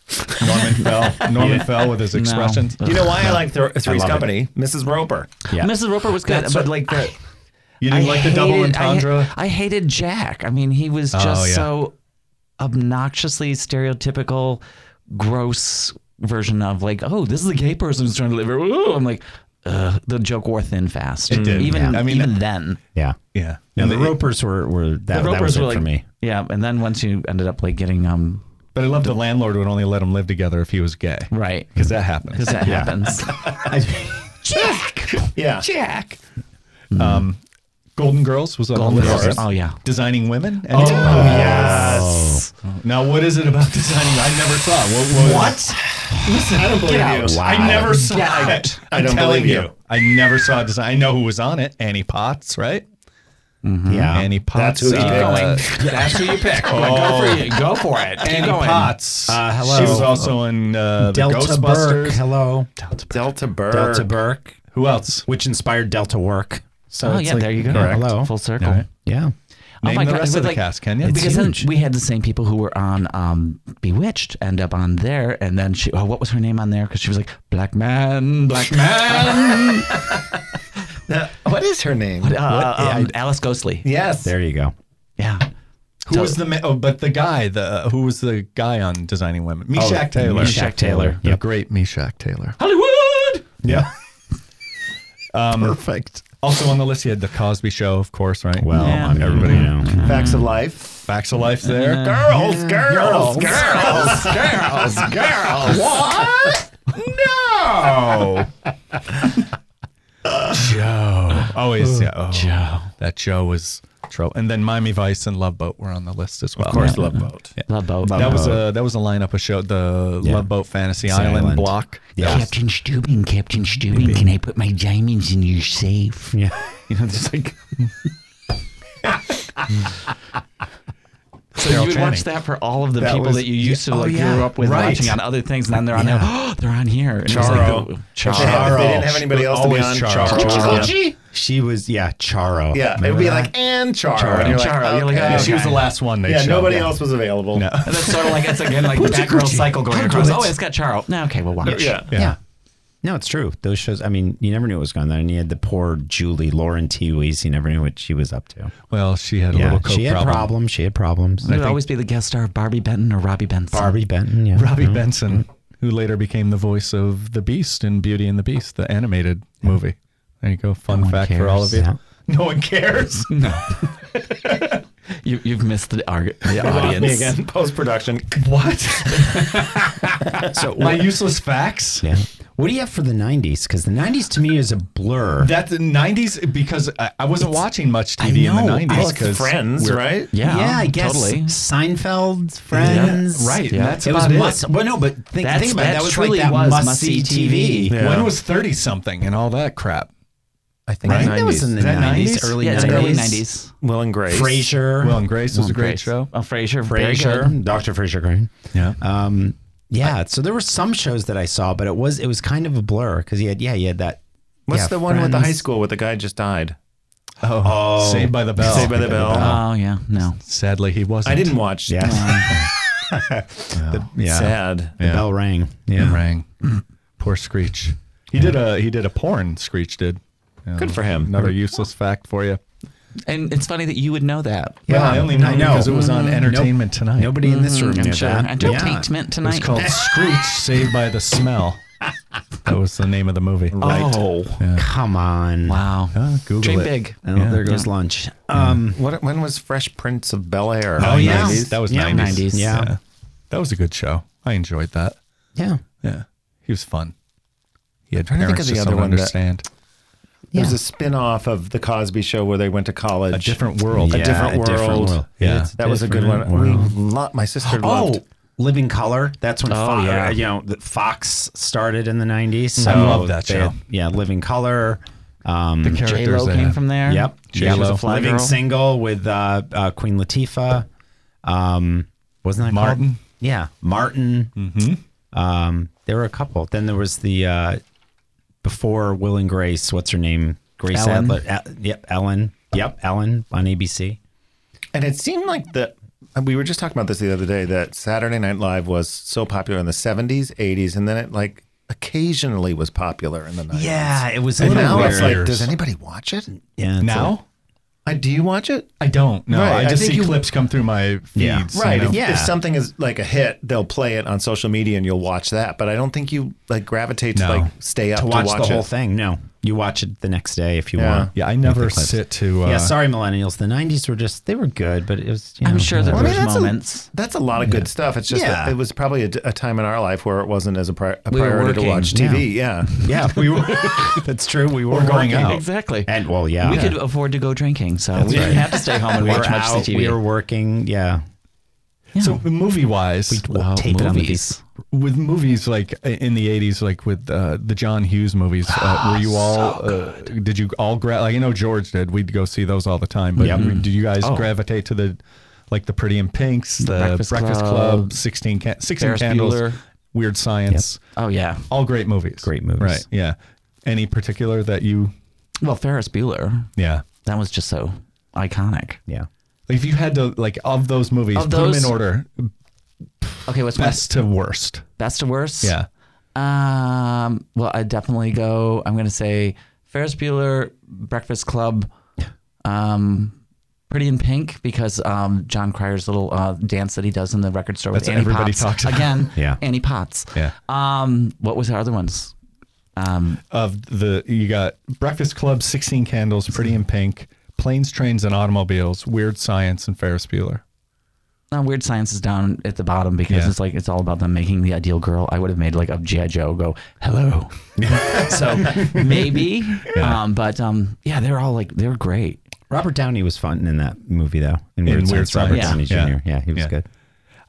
Norman fell. Norman fell with his expressions.
Do you know why I like the Three's
love it.
Company? Mrs. Roper.
Yeah.
Mm-hmm. Mrs. Roper was good,
That's
but
what-
like the,
You didn't like the double
hated- I-
entendre. Oh,
I, hated Jack. I mean, he was just
yeah.
so obnoxiously stereotypical, gross version of like, oh, this is a gay person who's trying to live here. Ooh, I'm like, Ugh, the joke wore thin fast. It
did,
Even
yeah. I mean,
even then,
yeah.
yeah.
No,
And
the
it-
Ropers were, were that, that was it for me.
yeah. And then once you ended up like getting um
But I love the landlord would only let him live together if he was gay.
*laughs* right
Because that happens.
because that happens.
Jack.
Yeah.
Jack.
Um, Golden Girls was on
Golden
the list.
Girls. Oh, yeah.
Designing Women. Oh,
Yes.
Now, what is it about *laughs* designing? I never saw. it. What? What? Listen, I don't believe you.
Uh, Wow.
I never
*laughs*
saw
Get
it.
out.
I'm
I don't
telling
believe you.
I never saw a design. I know who was on it. Annie Potts, right?
Yeah.
Annie Potts.
who he
uh, Oh.
That's who you pick.
*laughs*
Go for it. Go for it. Keep
Annie
going.
Potts.
Uh, hello.
She was also in uh, the
Delta Burke.
Ghostbusters.
Hello.
Delta Burr.
Delta Burke,
Who else?
which inspired Delta Work. So
Oh
it's
yeah,
like-
there you go.
Yeah, hello.
Full circle.
Yeah.
Oh
Name
my
the
God,
rest of
it was
the
like-
cast, can you?
It's
Because
huge.
then we had the same people who were on um, Bewitched end up on there, and then she, oh, what was her name on there? Because she was like Black Man, Black Man.
What is her name?
*laughs* uh, um, Alice Ghostly.
Yes.
There you go.
Yeah.
Who was the ma- oh, but the guy the uh, who was the guy on Designing Women? Meshack Taylor.
Meshack Taylor.
The
Yep.
great Meshack Taylor.
Hollywood.
Yeah.
Perfect.
*laughs* also on the list, you had the Cosby Show, of course, right?
Well,
Yeah.
I mean, everybody you
*laughs*
know.
Facts of life.
facts of life there.
Girls, girls, girls, girls, girls.
What? No. *laughs* Joe. Always, yeah. Oh, Joe. That Joe was trouble. And then Miami Vice and Love Boat were on the list as well. Of
course, Love Boat.
Love Boat.
That was a that was a lineup of show the Love Boat Fantasy Island,
Island.
block.
Yeah.
Captain Steuben, Captain Steuben, can I put my diamonds
*laughs*
in your safe?
yeah.
You know, just like.
Carol
you would watch
Channing.
that for all of the
That
people
was-
that you used to like
yeah,
grew up with
right.
watching on other things, and then they're on there. Oh, *gasps* they're on here. And it was like, oh,
Charo. If they, had, if they didn't have anybody else to be
Always
on,
Charo.
Charo. was on.
uh, She was yeah, Charo.
Yeah, it would be like and Charo. And you're like,
Charo. You're like,
okay.
oh,
She was the last one they
Yeah,
showed.
nobody else was available.
No.
And that's sort of like it's again like that girl cycle going across. Oh, *laughs* it's got Charo. No, okay, we'll watch.
*laughs* Yeah.
yeah. No, it's true. Those shows. I mean, you never knew what was going on. And you had the poor Julie Lauren T. Weiss. You never knew what she was up to.
Well, she had a
Yeah,
little coke
she had
problem.
problems. She had problems.
It would always be the guest star of Barbie Benton or Robbie Benson.
Barbie Benton. Yeah.
*laughs* Robbie Benson, who later became the voice of the Beast in Beauty and the Beast, the animated movie. There you go. Fun
one
fact for all of you.
cares.
No one cares.
You, you've missed the, arg- the
Lost me
audience.
again. Post *laughs* production.
what?
So
My
what,
useless facts?
yeah. What do you have for the '90s? Because the '90s to me is a blur.
That's the 90s because I, I wasn't watching much
I
TV
know.
in the
Oh,
90s.
it's
because
Friends,
we're-
right?
Yeah,
yeah, I guess
totally.
Seinfeld, Friends,
Right.
Yeah.
That's
it was
about it.
must. Well, no, but think,
That's-
think about it.
that
That was like
truly
that
was
must,
must-see
see TV.
TV. Yeah.
When was 30 something and all that crap?
I think
I think that was in the
Is that
90s,
90s?
early
yeah,
90s.
it's early '90s.
Will and Grace.
Frasier.
Will and Grace was a great
Grace.
show.
Oh, Frasier. very good.
Frasier. Dr. Frasier Crane.
Yeah.
Uh,
Um, yeah. so there were some shows that I saw, but it was it was kind of a blur because you had yeah you had that.
What's
yeah,
the one with the
Friends.
high school where the guy just died?
Oh, Saved by the Bell.
Saved by the Bell.
Oh yeah, no.
Sadly, he wasn't.
I didn't watch.
Yeah.
Yeah.
Sad.
The *laughs* bell rang.
and
Yeah.
rang. *clears throat* Poor Screech. He did a he did a porn. Screech did. Yeah.
Good for him.
Another useless fact for you.
And it's funny that you would know that.
Yeah, I only know, Mm-hmm.
I know.
because it was on Entertainment Tonight.
Mm-hmm. Nobody in this room
I'm
knew
sure.
that.
Entertainment
It was
tonight.
*laughs*
called Screech Saved by the Smell. That was the name of the movie.
Oh.
Come on.
wow.
Uh, Google
Dream
it.
big.
Oh, there goes lunch. Um,
What, when was Fresh Prince of Bel Air?
Oh, yeah.
That was- That was
Yeah,
90s.
90s.
Yeah.
That was a good show. I enjoyed that.
yeah.
Yeah. He was fun. He had
trying to think
parents
of the
just
other
don't
one that-
understand.
There's
Yeah.
a spin off of The Cosby Show where they went to college.
A different world.
Yeah,
a different
a
world.
different world.
Yeah.
It's
That was a good one.
different
We
world.
lo- my sister
*gasps* Oh,
loved.
Living Color. That's when Fo- uh,
yeah.
you know the Fox started in the '90s. So
I love that
they
show.
had- yeah, Living Color. Um,
The characters
J Lo
they
came
had.
from there.
Yep.
She was a
J-Lo.
fly
Living
girl.
Single with uh, uh, Queen Latifah. Um, wasn't that called-
Martin.
Yeah, Martin. Mm-hmm. Um, there were a couple. Then there was the uh, before Will and Grace. What's her name? Grace
Ellen.
Adler. E- yep, Ellen. Yep, Ellen on ABC.
And it seemed like the. We were just talking about this the other day that Saturday Night Live was so popular in the 70s, 80s, and then it like occasionally was popular in the 90s.
Yeah, it was a
And
little
now it's like,
weird.
does anybody watch it?
yeah, it's a-
Now?
I, do you watch it?
I don't. No,
Right,
I
I
just
think
see
you-
clips come through my feeds.
Yeah.
you
Right.
know?
If,
Yeah.
if something is like a hit, they'll play it on social media and you'll watch that. But I don't think you like gravitate
No.
to like stay up
to watch, the whole
it.
thing. No, you watch it the next day if you
Yeah.
want.
Yeah, I never sit to. Uh,
yeah, sorry, millennials. The '90s were just—they were good, but it was. You know,
I'm sure there
whatever.
Well, I
was
mean, that's a-
moments.
That's a lot of good stuff. It's just
Yeah.
that it was probably a, d- a time in our life where it wasn't as a, pri- a
We were
priority to
working.
watch TV. Yeah.
Yeah, we were. *laughs* that's true. We were
going
working.
out.
*laughs* Exactly.
and well, yeah,
we could afford to go drinking, so we didn't have to stay home and
We
watch
were
much
out.
of the TV.
We were working. Yeah,
So movie wise,
Wow,
tape it on the
movies.
with movies like uh, in the '80s, like with uh, the John Hughes movies, uh, were you all? uh, did you all grab? Like I know George did. We'd go see those all the time. But
Yep.
we- did you guys gravitate to the like the Pretty in Pinks, Oh. the,
Breakfast
Breakfast, Club,
Club,
Sixteen, Ca- 16
Ferris
Candles,
Bueller.
Weird Science,
Oh yeah.
all great movies.
Great movies.
right? Yeah. Any particular that you?
Well, Ferris Bueller.
Yeah.
That was just so iconic.
yeah.
If you had to like of those movies,
Of
put 'em
those-
in order,
Okay, what's my
best to worst.
best to worst?
Yeah.
Um. Well, I definitely go. I'm gonna say Ferris Bueller, Breakfast Club, um, Pretty in Pink because um, John Cryer's little uh, dance that he does in the record store
That's
with Annie
everybody
Potts
talks about.
again.
Yeah.
Annie Potts.
*laughs* Yeah.
Um. What was our other ones? Um.
of the you got Breakfast Club, Sixteen Candles, Pretty in Pink, Planes, Trains, and Automobiles, Weird Science, and Ferris Bueller.
No, Uh, Weird Science is down at the bottom because
Yeah.
it's like it's all about them making the ideal girl. I would have made like a GI Joe go
*laughs*
hello, so maybe. Um, but um, yeah, they're all like they're great.
Robert Downey was fun in that movie though. In Weird,
Weird
Science, Robert
Science.
Downey
Yeah.
Jr. Yeah, he was
Yeah.
good.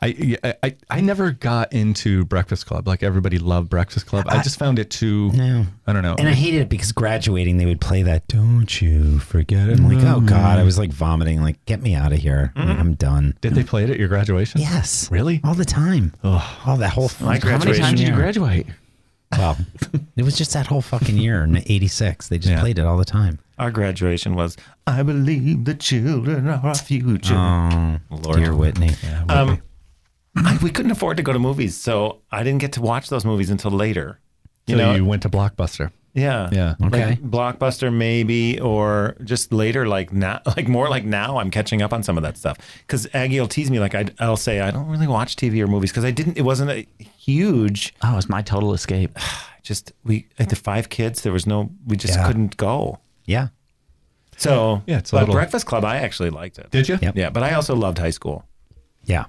I, I- I I never got into Breakfast Club. Like everybody loved Breakfast Club. I, just found it too.
No.
I don't know.
And I hated it because graduating, they would play that "Don't You Forget It." I'm like, oh god, I was like vomiting. Like, get me out of here. Like, I'm done.
Did they play it at your graduation?
Yes,
Really?
all the time. Oh, all that whole.
My
fucking-
How many times did you
Yeah.
graduate?
*laughs*
Well, it was just that whole fucking year in '86. They just played it all the time.
Our graduation was, I believe the children are our future.
Oh,
Lord.
dear Whitney.
Um, I, we couldn't afford to go to movies, so I didn't get to watch those movies until later.
You
You know,
you went to Blockbuster.
yeah,
Yeah.
Like
Okay.
Blockbuster maybe, or just later, like now, *laughs* like more like now, I'm catching up on some of that stuff. Because Aggie will tease me, like I, I'll say I don't really watch TV or movies because I didn't. It wasn't a huge.
Oh, it's my
*sighs*
total escape.
Just we at the five kids, there was no. We just
Yeah.
couldn't go.
yeah.
So
Yeah, it's a
but
little-
Breakfast Club, I actually liked it.
Did you?
Yep.
Yeah, but I also loved high school.
Yeah.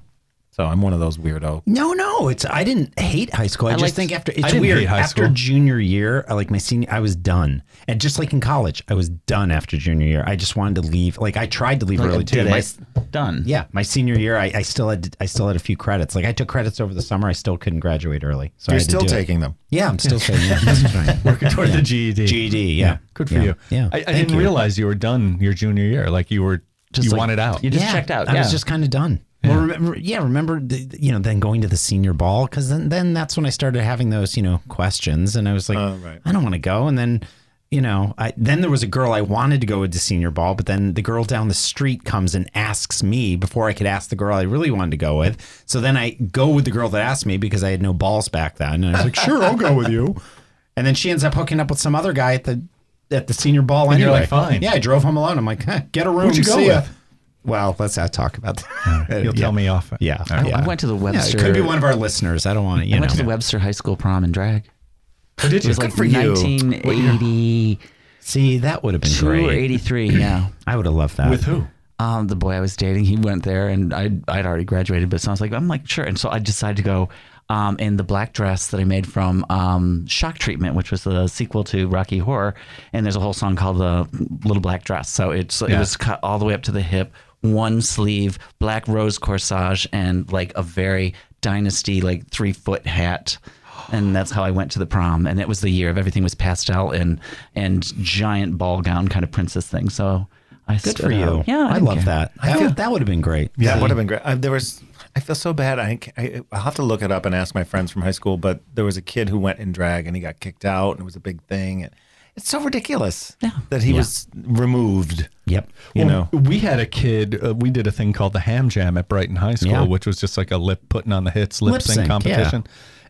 So I'm one of those weirdo.
No, no, it's I didn't hate high school. I, just
liked-
think after it's
I didn't
weird.
hate high
after
school.
junior year, I like my senior, I was done, and just like in college, I was done after junior year. I just wanted to leave. Like I tried to leave early too.
Did
My-
it? Done.
yeah, my senior year, I, I still had I still had a few credits. Like I took credits over the summer, I still couldn't graduate early. So I
You're
had to
still
do it.
taking them.
Yeah, I'm still taking. Yeah, that's *laughs* fine.
Working toward the GED.
GED. Yeah.
Good for
E Yeah.
you.
Yeah.
I, I
Thank
didn't
you.
realize you were done your junior year. Like you were
Just
you
like-
wanted out.
You just
yeah,
checked out.
I
yeah.
was just kind of done. Well, remember, yeah, remember, the, you know, then going to the senior ball because then, then that's when I started having those, you know, questions, and I was like,
Oh, right.
I don't want to go. And then, you know, I then there was a girl I wanted to go to senior ball, but then the girl down the street comes and asks me before I could ask the girl I really wanted to go with. So then I go with the girl that asked me because I had no balls back then, and I was like, sure, I'll go with you. And then she ends up hooking up with some other guy at the at the senior ball.
And you're
anyway.
like, fine.
Yeah, I drove home alone. I'm like, "Huh, get a room.
Who'd you go
see ya."
with?
Well, let's not talk about that.
You'll
*laughs*
tell me off.
Yeah.
All right.
yeah.
I went to the
Yeah,
Webster.
it could be one of our listeners. I don't want to, you
I
know.
went to the Webster High School prom and drag.
Oh, did
It
you?
was like 1982
See, that would have been
or
great.
83.
*clears throat*
Yeah.
I would have loved that.
With who?
um, the boy I was dating, he went there, and I'd, I'd already graduated, but so I was like, I'm like, sure. And so I decided to go um, in the black dress that I made from um, Shock Treatment, which was the sequel to Rocky Horror. And there's a whole song called The Little Black Dress. So it's it was cut all the way up to the hip, one sleeve, black rose corsage, and like a very dynasty, like three foot hat. And that's how I went to the prom, and it was the year of everything was pastel and and giant ball gown kind of princess thing. So I
Good
stood
for you.
out. Yeah,
I,
didn't
love
care.
that. That, would- that would have been great.
Yeah, that would have been great. I, there was, I feel so bad. I, can't- I I'll have to look it up and ask my friends from high school. But there was a kid who went in drag and he got kicked out, and it was a big thing. And it's so ridiculous that he was removed.
Yep.
You
Well,
know,
we had a kid. Uh, we did a thing called the Ham Jam at Brighton High School,
Yeah.
which was just like a lip putting on the hits lip,
Lip
sync,
sync,
competition.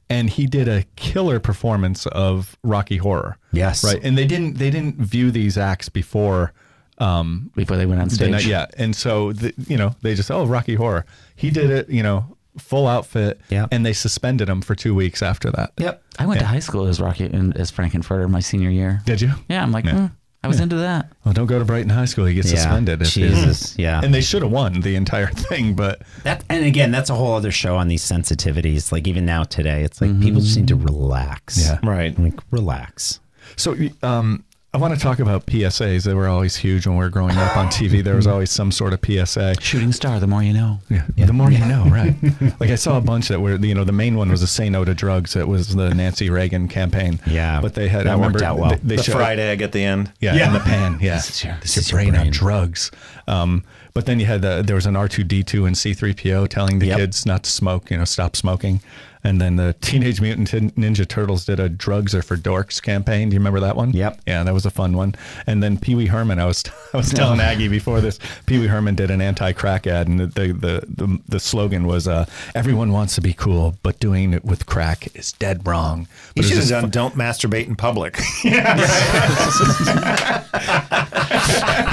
And he did a killer performance of Rocky Horror.
Yes.
right. And they didn't they didn't view these acts before um,
before they went on
the
stage.
night. Yeah, and so the, you know they just oh Rocky Horror. He did it. You know, full outfit.
Yeah.
and they suspended him for two weeks after that.
Yep.
I went to high school as Rocky and as Frankenfurter my senior year.
Did you?
Yeah, I'm like, hmm, I was into that.
Well, Oh, don't go to Brighton High School. He gets
Yeah.
suspended. if you-
Jesus. Yeah.
And they should have won the entire *laughs* thing, but
That and again, that's a whole other show on these sensitivities. Like even now today, it's like people just need to relax.
Mm-hmm. Yeah.
right.
Like relax.
So um, I want to talk about PSAs. They were always huge when we were growing up on TV. There
Mm-hmm.
was always some sort of PSA.
Shooting star, the more you know.
Yeah. The more you know,
*laughs*
right? like I saw a bunch that were, you know, the main one was the "Say No to Drugs." It was the Nancy Reagan campaign.
Yeah.
but they had
That
I remember
worked out well.
They, they
the
showed-
fried egg at the end.
yeah, in the pan. Yeah,
This is your-
This is your brain, on drugs. Um, but then you had the there was an R two D two and C three PO telling the
Yep.
kids not to smoke, you know, stop smoking. And then the Teenage Mutant Tin- Ninja Turtles did a "Drugs Are for Dorks" campaign. Do you remember that one?
Yep.
Yeah, that was a fun one. And then Pee Wee Herman, I was *laughs* I was telling Aggie before this, Pee Wee Herman did an anti-crack ad, and the the the, the, the slogan was uh, "Everyone wants to be cool, but doing it with crack is dead wrong." But it
You
was
should have
just
done. Don't masturbate in public. *laughs*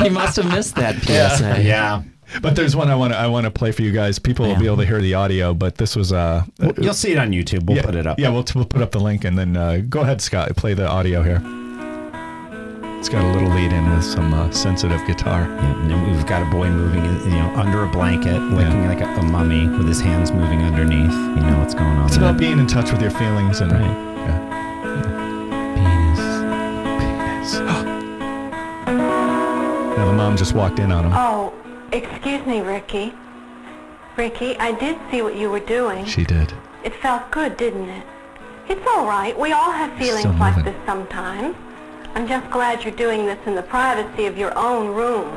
you must have missed that PSA.
Yeah.
But there's one I want to I want to play for you guys. People will be able to hear the audio, but this was uh
You'll see it on YouTube. We'll
yeah,
put it up.
Yeah, we'll, we'll put up the link and then uh, go ahead, Scott. Play the audio here. It's got a little lead in with some uh, sensitive guitar.
Yeah, and then we've got a boy moving, you know, under a blanket, looking like a, a mummy with his hands moving underneath. You know what's going on.
It's
there.
about being in touch with your feelings and.
Right.
Yeah. Penis. *gasps* now the mom just walked in on him.
Oh, excuse me, Ricky. Ricky, I did see what you were doing.
She did.
It felt good, didn't it? It's all right. We all have feelings
Still
like
moving.
this sometimes. I'm just glad you're doing this in the privacy of your own room.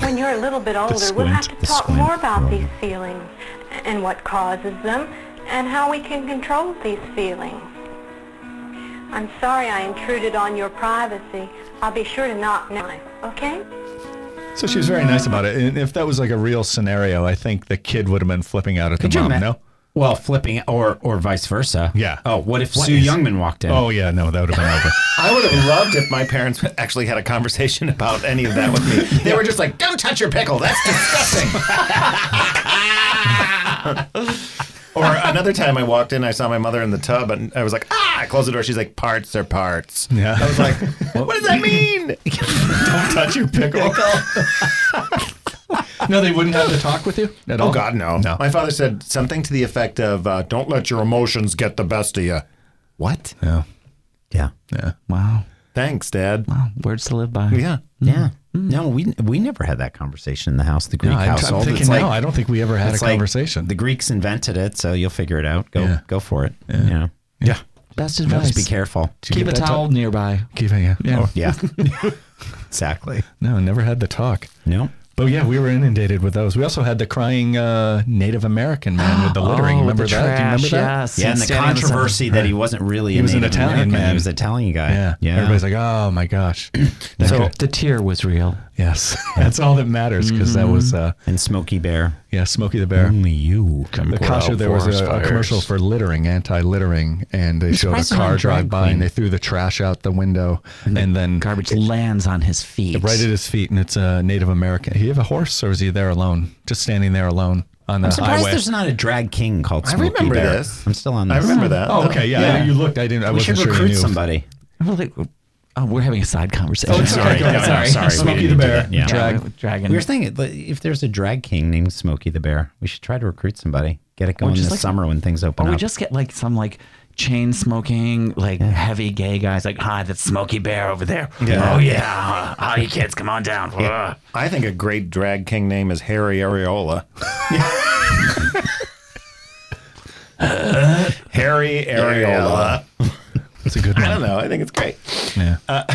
When you're a little bit older, we'll have
squint, the
to talk
squint.
more about
Love
these
it.
feelings and what causes them and how we can control these feelings. I'm sorry I intruded on your privacy. I'll be sure to knock now, okay?
So she was very nice about it. And if that was like a real scenario, I think the kid would have been flipping out at the mom.
ima-
no.
Well, flipping or or vice versa.
Yeah.
Oh, what if
What
Sue
is-
Youngman walked in?
Oh yeah, no, that would have been
*laughs*
over.
I would have loved if my parents actually had a conversation about any of that with me. They were just like, "Don't touch your pickle. That's disgusting." or another time, I walked in, I saw my mother in the tub, and I was like, "Ah!" I closed the door. She's like, "Parts are parts."
Yeah.
I was like, "What does
*laughs*
that mean?"
Don't touch your pickle. no, they wouldn't have to talk with you at all.
Oh God, no.
No.
My father said something to the effect of, uh, "Don't let your emotions get the best of you." What?
Yeah.
yeah.
Yeah.
Wow.
Thanks, Dad.
Wow. Words to live by.
Yeah.
Yeah. No, we we never had that conversation in the house. The Greek
Mm-hmm. No, I'm, I'm
household.
thinking
it's like,
no. I don't think we ever had a
it's like
conversation.
the Greeks invented it, so you'll figure it out. Go
Yeah.
go for it. Yeah. You know?
yeah.
Best advice.
Just be careful.
you
Keep a
get that
towel
to-
nearby.
Keep it. Yeah.
Yeah.
Oh, *laughs*
Yeah. exactly.
no, never had the talk.
No.
But yeah, we were inundated with those. We also had the crying uh, Native American man with the littering.
Oh, with
remember
the
that? Do you
trash,
remember that?
Yes.
Yeah, and the
Standing on sidewalk.
controversy that he wasn't really.
He
a
was an
Native
Italian
American.
man.
He was an Italian guy.
Yeah.
Yeah.
Everybody's like, oh my gosh. *laughs*
So the tear was real.
yes. *laughs* That's all that matters because that was, uh,
and Smokey Bear.
yeah, Smokey the Bear.
Only you can
The Kasha, there was a, a commercial for littering, anti-littering, and they showed a
surprised they're
car
not
drive
drag
by and
queen.
they threw the trash out the window, and then
Garbage lands on his feet.
right at his feet, and it's a Native American. He have a horse, or is he there alone, just standing there alone on the
I'm surprised
highway?
there's not a drag king called Smokey
remember
Bear.
this.
I'm still on this.
I remember that.
Oh, okay, yeah,
Yeah.
You looked. I didn't. I
We should
wasn't sure.
recruit
you knew.
somebody.
I was like, oh, we're having a side conversation.
it's okay.
Oh,
*laughs*
Sorry,
Go ahead.
no, no,
Sorry.
sorry, we
Smokey the
didn't do
Bear.
that. Yeah.
Drag.
Yeah, dragon.
We were thinking like, if there's a drag king named Smokey the Bear, we should try to recruit somebody. Get it going
just
this
like-
summer when things open
Or we
up.
just get like some like chain smoking, like heavy gay guys, like, hi, that's Smokey Bear over there. Oh, yeah. Oh, you kids, come on down. Ugh.
I think a great drag king name is Harry Areola. Harry Areola.
That's a good
I
one.
don't know. I think it's great.
Yeah.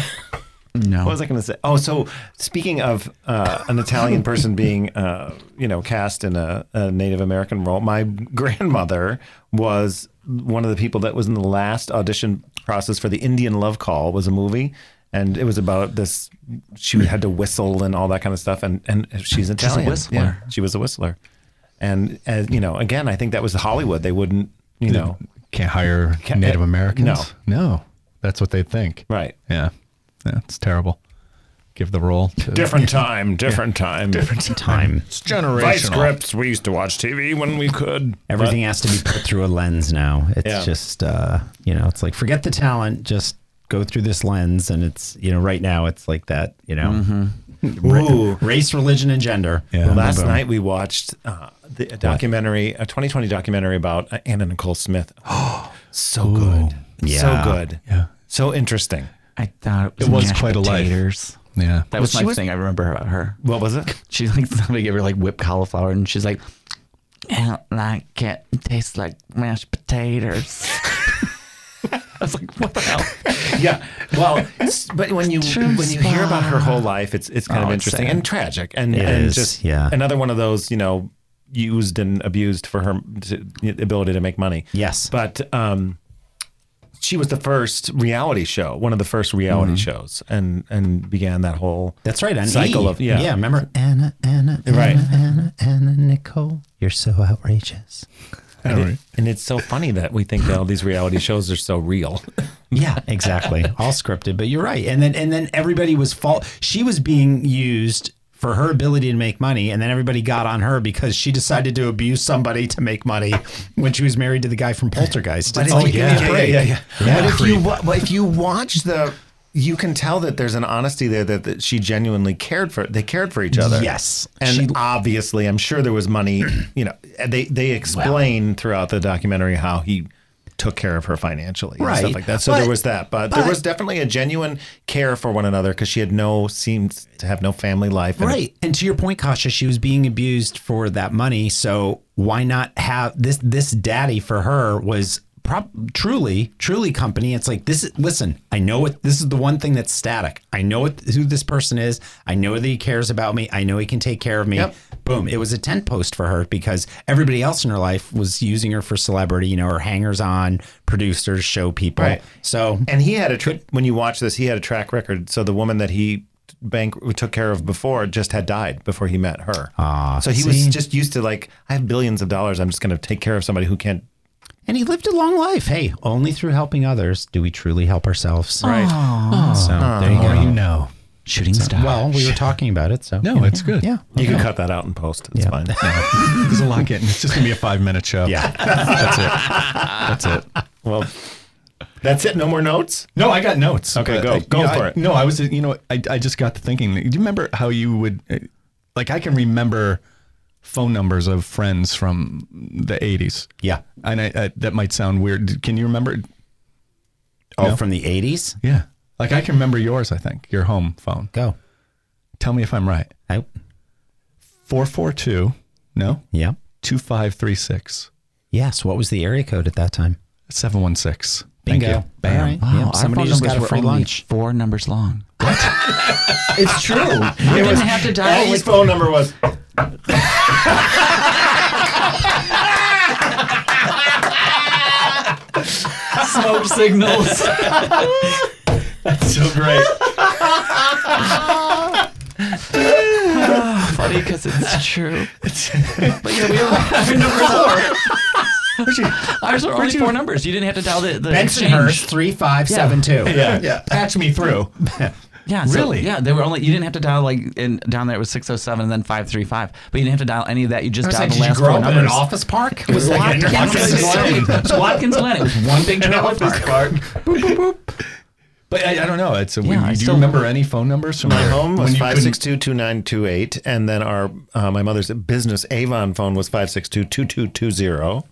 No.
What was I going to say? Oh, so speaking of uh, an *laughs* Italian person being, uh, you know, cast in a, a Native American role, my *laughs* grandmother was one of the people that was in the last audition process for the Indian Love Call was a movie. And it was about this. She had to whistle and all that kind of stuff. And and she's Italian.
whistler.
Yeah, she was a whistler. And and you know, again, I think that was Hollywood. They wouldn't, you know,
Can't hire Native
eh,
Americans. No. No. That's what they think.
right?
Yeah. Yeah. It's terrible. Give the role to
Different time, different time, *laughs* different
time.
Vice
generational.
grips. We used to watch TV when we could.
Everything has to be put through a lens now. It's
Yeah.
just uh, you know, it's like forget the talent, just go through this lens and it's you know, right now it's like that, you know. *laughs* Ra-
Ooh.
race, religion, and gender.
Yeah.
But
Boom,
last night we watched uh, the, a documentary, a 2020 documentary about uh, Anna Nicole Smith. *gasps* so good.
Yeah.
So good.
Yeah.
So interesting.
I thought it was,
It was
mashed
quite a life.
potatoes.
Yeah.
That was
Well,
my
she was-
thing I remember about her.
What was it?
She like *laughs* somebody gave her like whipped cauliflower and she's like, I don't like it. It tastes like mashed potatoes. *laughs* I was like, what the hell?
yeah. Well, s- but when you when you hear about her whole life, it's it's kind
Oh,
of
it's
interesting
sad.
and tragic, and,
It
and
is,
just
yeah.
another one of those you know used and abused for her to, ability to make money.
Yes.
but um, she was the first reality show, one of the first reality shows, and and began that whole
Mm-hmm. That's right. On
cycle
E.
of yeah
yeah. Remember Anna, Anna, Anna,
Right.
Anna, Anna, Nicole. You're so outrageous.
All right.
And it's so funny that we think that all these reality shows are so real.
Yeah, *laughs* exactly. All scripted, but you're right. And then and then everybody was fault. She was being used for her ability to make money, and then everybody got on her because she decided to abuse somebody to make money *laughs* when she was married to the guy from Poltergeist. It's like, give me a break.
But if you wa- but if you watch the, you can tell that there's an honesty there that, that she genuinely cared for. They cared for each other.
Yes.
and
She- *clears throat*
obviously, I'm sure there was money. You know, and they they explain throughout the documentary how he took care of her financially and
Right.
stuff like that. So
But-
there was that, but, there
but-
was definitely a genuine care for one another because she had no seemed to have no family life. and it-
Right. And to your point, Kasha, she was being abused for that money. So why not have this this daddy for her was prop, truly, truly company. It's like this is listen, I know what this is the one thing that's static. I know what, who this person is. I know that he cares about me. I know he can take care of me.
Yep.
Boom. It was a tent post for her because everybody else in her life was using her for celebrity, you know, her hangers on, producers, show people.
Right.
So
And he had a tra- when you watch this, he had a track record. So the woman that he bank took care of before just had died before he met her. so he was
see?
just used to like I have billions of dollars. I'm just going to take care of somebody who can't.
and he lived a long life. Hey, only through helping others do we truly help ourselves.
Right.
So there you
Or
go.
Oh. you know.
Shooting star.
Well, we were talking about it, so
No, it's good.
yeah.
You can cut that out and post. It's *laughs* fine.
There's a lot getting. It's just going to be a five minute show.
Yeah.
That's it.
well, that's it. No more notes.
No, I got notes.
Okay,
but
go.
I-
Go
you know,
for
I-
it.
No, I was, you know, I, I just got to thinking. Do you remember how you would, uh, like, I can remember phone numbers of friends from the 80s.
Yeah.
And I, I, that might sound weird. Can you remember?
Oh,
No.
from the 80s?
Yeah. Like, I can remember yours, I think, your home phone.
Go.
Tell me if I'm right.
I,
442, no,
yeah.
2536,
Yes. What was the area code at that time?
716. Thank
Bingo.
you. Bam.
All right.
Wow,
Yeah,
our
somebody
phone
just
numbers
got a
were
free
only
lunch.
Four numbers long. *laughs*
It's true.
I didn't have to dial.
Aggie's
with-
phone number was.
smoke signals.
So great.
Funny because it's true. *laughs* Ours were only four numbers. You didn't have to dial the, the exchange.
3572.
Yeah.
*laughs* yeah. Patch me through.
Yeah, so-
Really?
Yeah, they were only. You didn't have to dial like and down there it was six zero seven and then five three five. But you didn't have to dial any of that. You just dialed the last four numbers.
office park? It was like an
Watkins Glen. It was Watkins Glen. It was one big trailer park.
But I, I don't know. It's a,
Yeah, I
do you
still-
remember any phone numbers from
My
your-
home
when
was
you
five
couldn't-
six two two nine two eight, and then our uh, my mother's business Avon phone was five six two two two two zero.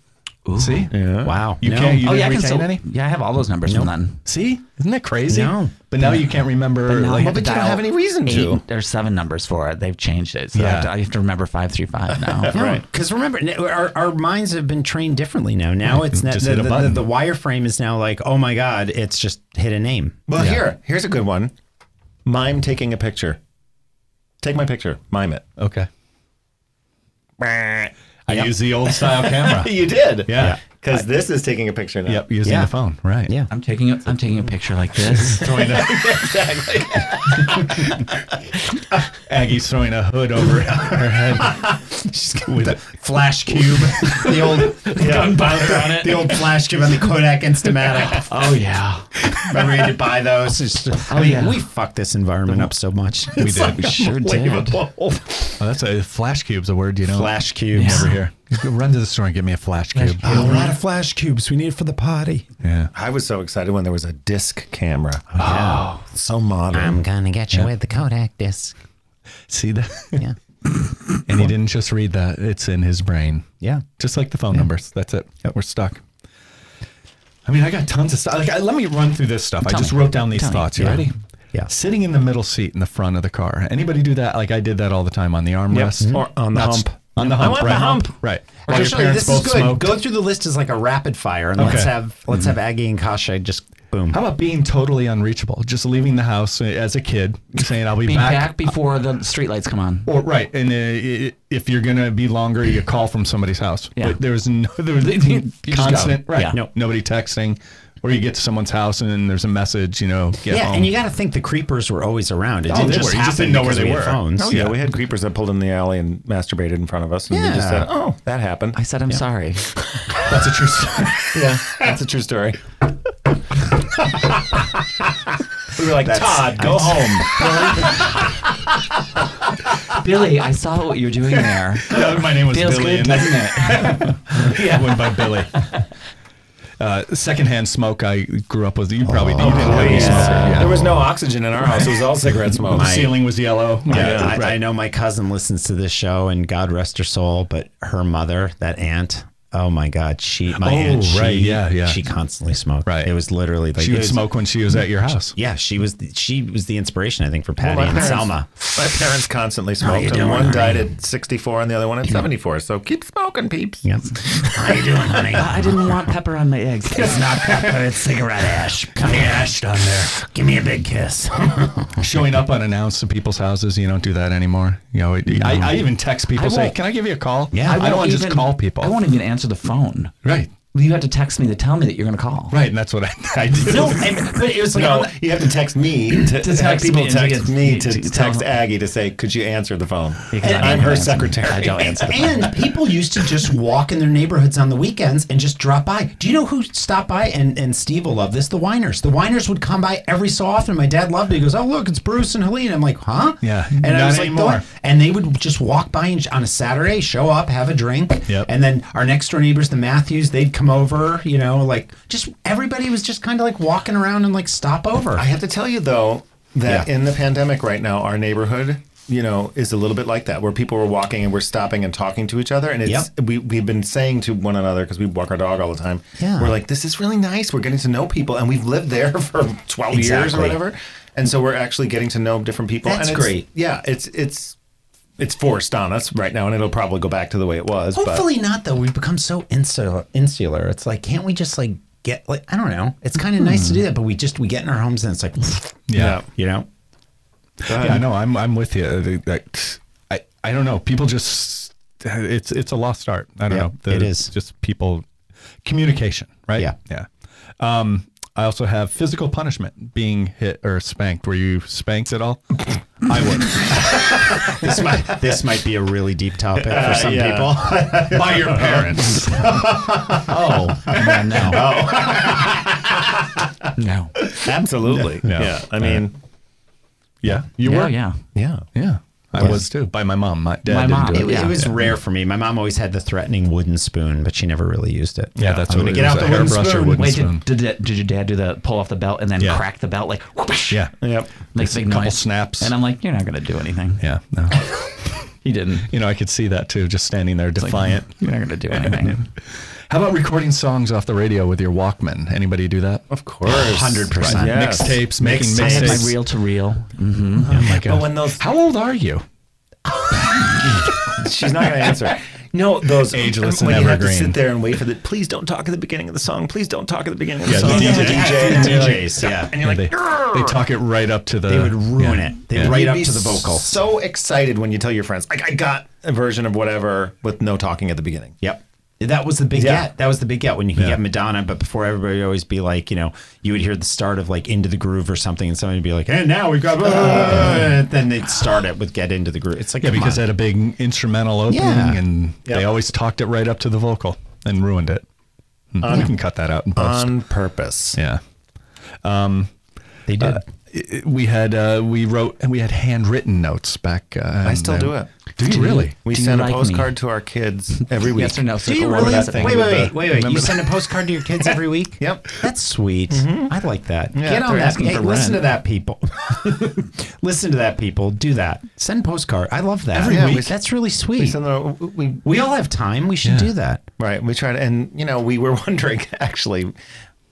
See,
Wow.
you
No.
can't. You
Oh
didn't
yeah, I can
retain
still,
any.
Yeah, I have all those numbers from then.
See, isn't that crazy?
No.
But now you can't remember.
Now I
like-
have to
you don't
dial
have any reason to.
Eight or seven numbers for it. They've changed it. So I,
Yeah.
have to, I have to remember five three five now.
Right. Because remember, n- our, our minds have been trained differently now. Now it's not,
Just
the,
hit a
the, the,
button.
the wireframe is now like, oh my God, it's just hit a name.
Well, here, here's a good one. Mime taking a picture. Take my picture. Mime it.
okay. I use the old *laughs* style camera.
You did.
Yeah.
Because this is taking a picture now.
Yep, using
Yeah.
the phone. Right.
Yeah.
I'm taking a, I'm taking a picture like this.
Throwing a, Aggie's throwing a hood over *laughs* her head with a
Flash cube. *laughs* the old
Bouncer on it.
the old flash cube and the Kodak Instamatic.
Oh yeah.
Remember you had to buy those? It's just- I mean, we fucked this environment up so much. We
did.
We sure did.
Unbelievable.
Oh, that's a flash cube's a word you know.
Flash cubes.
over here. Go Run to the store and get me a flash cube.
Oh, we're out of flash cubes. We need it for the party.
Yeah.
I was so excited when there was a disc camera. Oh, so modern.
gonna get you with the Kodak disc.
See that?
Yeah.
And he didn't just read that; it's in his brain.
Yeah.
just like the phone numbers. That's it. We're stuck. I mean, I got tons of stuff. Like, I, let me run through this stuff. I just wrote down these thoughts. You
Yeah.
ready?
Yeah.
Sitting in the middle seat in the front of the car. Anybody do that? Like I did that all the time on the armrest
Mm-hmm.
Or on the
Not s-
hump.
On the hump.
want the
right.
hump.
Right. While
Okay,
your
Shirley,
parents
this is
both
good.
smoked.
Go through the list as like a rapid fire, and let's
Okay.
have let's have Aggie and Kasha just boom.
How about being totally unreachable? Just leaving the house uh, as a kid, saying "I'll be
Be back before the streetlights come on.
Or right, and uh, i- if you're gonna be longer, you call from somebody's house.
Yeah.
But there was no *laughs* there was
You just go.
constant right.
Yeah.
No, nobody texting, or you get to someone's house and then there's a message. You know, get
yeah,
home.
and you got to think the creepers were always around. It
Oh,
didn't
they
just
were. You
happen
just didn't know where
because
they
we had
were.
Phones.
Oh, yeah. We had creepers that pulled in the alley and masturbated in front of us. And we just
Yeah.
said, oh, that happened.
I said I'm sorry.
That's a true story. *laughs*
yeah, *laughs* that's a true story. we were like, Todd, go home.
Billy, I saw what you're doing there.
Yeah, my name was
Feels
Billy, and
good, *laughs* doesn't it?
I went by Billy. Uh, secondhand smoke. I grew up with. You probably didn't have any smoke. Yeah.
There was no oxygen in our house. It was all cigarette smoke.
The ceiling was yellow.
Yeah, I,
right.
I know my cousin listens to this show, and God rest her soul, but her mother, that aunt, Oh my God, she my aunt, she,
right, yeah, yeah.
she constantly smoked.
Right.
it was literally like
she
it
would
was-
smoke when she was at your house.
Yeah, she was the, she was the inspiration I think for Patty
my
and
*laughs*
parents-
Selma.
My parents constantly smoked, and one died at 64 and the other one at 74. So keep smoking, peeps.
Yep.
How you doing, honey?
I didn't want pepper on my eggs.
It's not pepper, it's cigarette ash. Come here, ash down there. Give me a big kiss.
Showing up unannounced to people's houses, you don't do that anymore. You know, it, I, I even text people,
I
say,
won't-
"Can I give you a call?"
Yeah. I
I, don't
won't
want to just
even-
call people.
I won't even answer the phone.
right,
You have to text me to tell me that you're going to call.
right, and that's what I, *laughs* I did.
No, and, but it was like
*laughs* No, you have to text me to,
To
have
text
people
me and
text
to-
me to,
to- to
text
tell-
Aggie to say, "Could you answer the phone?"
Because I
I'm
never
her
answer.
secretary.
I
*laughs*
don't answer.
And people used to just walk in their neighborhoods on the weekends and just drop by. Do you know who stopped by? And, and Steve will love this. The Winers. The Winers would come by every so often. My dad loved it. He goes, "Oh look, it's Bruce and Helene." I'm like, "Huh?"
Yeah,
And I
not
was
anymore.
like, "What?" And they would just walk by and, on a Saturday, show up, have a drink,
Yep.
and then our next door neighbors, the Matthews, they'd come over. You know, like just everybody was just kind of like walking around and like stop over.
I have to tell you though that in the pandemic right now, our neighborhood, you know, is a little bit like that, where people were walking and we're stopping and talking to each other, and it's we we've been saying to one another because we walk our dog all the time.
Yeah.
we're like, this is really nice. We're getting to know people, and we've lived there *laughs* for twelve years or
Exactly.
whatever, and so we're actually getting to know different people.
That's
and it's,
great.
Yeah, it's it's. It's forced on us right now, and it'll probably go back to the way it was.
Hopefully not, though. We've become so insular. Insular. It's like, can't we just like get like I don't know. It's kind of nice to do that, but we just we get in our homes and it's
*laughs*
like,
yeah.
you know,
Yeah, no, I'm I'm with you. Uh, the- that- I I don't know. People just it's it's a lost art. I don't
Yeah,
know.
it is.
just people communication, right?
Yeah.
yeah. Um, I also have physical punishment, being hit or spanked. Were you spanked at all? I would
*laughs*
this might this might be a really deep topic for some
yeah.
*laughs*
people.
by your parents.
Oh, man, no. No.
But absolutely,
No.
yeah. I mean,
Yeah, you
Yeah,
were.
yeah.
yeah.
yeah. I was too by my mom. My dad
My
didn't
mom.
do it.
It, was-
Yeah.
it was rare for me. My mom always had the threatening wooden spoon, but she never really used it.
Yeah, that's
I'm
what
gonna
it
get
was,
out
a
the wooden
hairbrush or
spoon.
wooden *laughs*
Wait,
spoon.
did, did, that- did your dad do the pull off the belt and then
Yeah.
crack the belt like whoosh,
Yeah.
Yep.
makes a big
couple
noise.
snaps.
And I'm like, you're not going to do anything.
Yeah,
*laughs*
no.
He didn't.
you know, I could see that too, just standing there defiant.
You're not going to do anything.
How about recording songs off the radio with your Walkman? Anybody do that?
Of course, hundred
100%.
Mix tapes, making
I had my
mixtapes.
reel to reel.
Oh my God.
But when those
How old are you?
She's not going to answer. *laughs* No, those um,
Ageless
when
and
you have to
evergreen.
sit there and wait for the. Please don't talk at the beginning of the song. Please don't talk at the beginning of the
Yeah, the
song.
DJ.
and you're like- "Ah,
DJs, *laughs* yeah.
and you're
they,
like,
they talk it right up to the. They
would ruin it. They right
You'd
up
be
to the vocal.
So excited when you tell your friends, like, I got a version of whatever with no talking at the beginning.
Yep. That was the big
Yeah.
get. That was the big get when you could
Yeah.
get Madonna, but before everybody would always be like, you know, you would hear the start of like Into the Groove or something, and somebody would be like, and now we've got, uh, and then they'd start it with Get Into the Groove. It's like,
Yeah,
come
because they
on.
had a big instrumental opening
Yeah.
and they
Yeah.
always talked it right up to the vocal and ruined it. Hmm,
Um,
we can cut that out in post.
On purpose.
yeah.
they did.
Uh,
It- it- we had uh, we wrote and we had handwritten notes back. Uh,
I still do it.
Do you really?
We
Do you
send
like
a
me?
postcard to our kids every week.
*laughs* Yes or no?
Do you
Circle
really?
around
Wait,
that
wait,
thing.
with
wait, wait,
the-
wait. You send a postcard to your kids every week?
Yep.
That's sweet. I like that. Get on
They're
that.
asking
Hey,
for
listen
rent.
to that, people. *laughs* listen to that, people. Do that. Send postcard. I love that.
Every Yeah, week. we-
That's really
We
sweet.
send them, we,
We all have time. We should do that.
right. We try to, and you know, we were *laughs* wondering actually.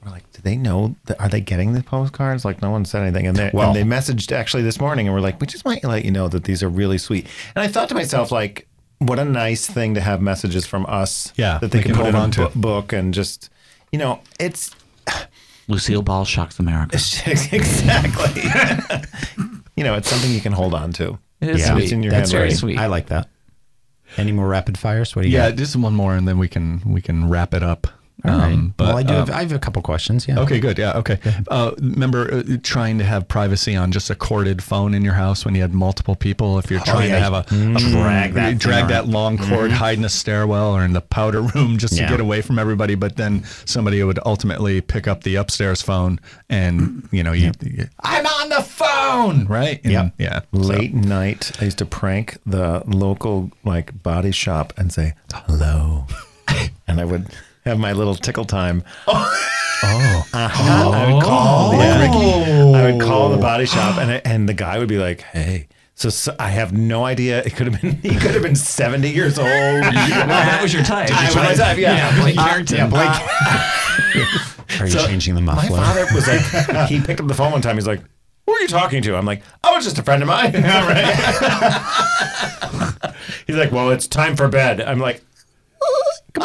We're like, do they know? That, are they getting the postcards? Like, no one said anything, and they
Well-
and they messaged actually this morning, and we're like, we just want to let you know that these are really sweet. And I thought to myself, like, what a nice thing to have messages from us,
Yeah,
that they
we
can,
can hold
put in
on
a
to.
bu- book and just, you know, it's *laughs*
Lucille Ball shocks America.
exactly, *laughs* you know, it's something you can hold on to.
It is
Yeah.
sweet.
It's in your
That's very
handwriting.
sweet.
I like that. Any more rapid fires? What do you
Yeah,
got?
just one more and then we can we can wrap it up.
All right.
Um, but
well, I do.
uh,
have, I have a couple questions. Yeah.
Okay, good. Yeah, okay. Uh, remember uh, trying to have privacy on just a corded phone in your house when you had multiple people? If you're trying
yeah.
to have a, a
Drag that
Oh,
thing
Mm-hmm. drag
around.
that Mm-hmm. long cord, hide in a stairwell or in the powder *laughs* room just
Yeah.
to get away from everybody, but then somebody would ultimately pick up the upstairs phone and, you know, you, you- I'm on the phone, right? And,
Yep.
Yeah.
Late night, I used to prank the local like body shop and say *laughs* hello, and I would have my little tickle time. Oh, uh-huh. I would call. The, I would call the body shop, and I, and the guy would be like, "Hey, So, so I have no idea. It could have been *laughs* he could have been seventy years *laughs* old.
that was your type.
I was, I- yeah.
Blake
Uh,
Carrington.
yeah, Blake.
Are you
So,
changing the
My
muffler?
father was like, *laughs* he picked up the phone one time. He's like, "Who are you talking to?" I'm like, "Oh, it's just a friend of mine." *laughs* Yeah, right. he's like, "Well, it's time for bed." I'm like,
*laughs*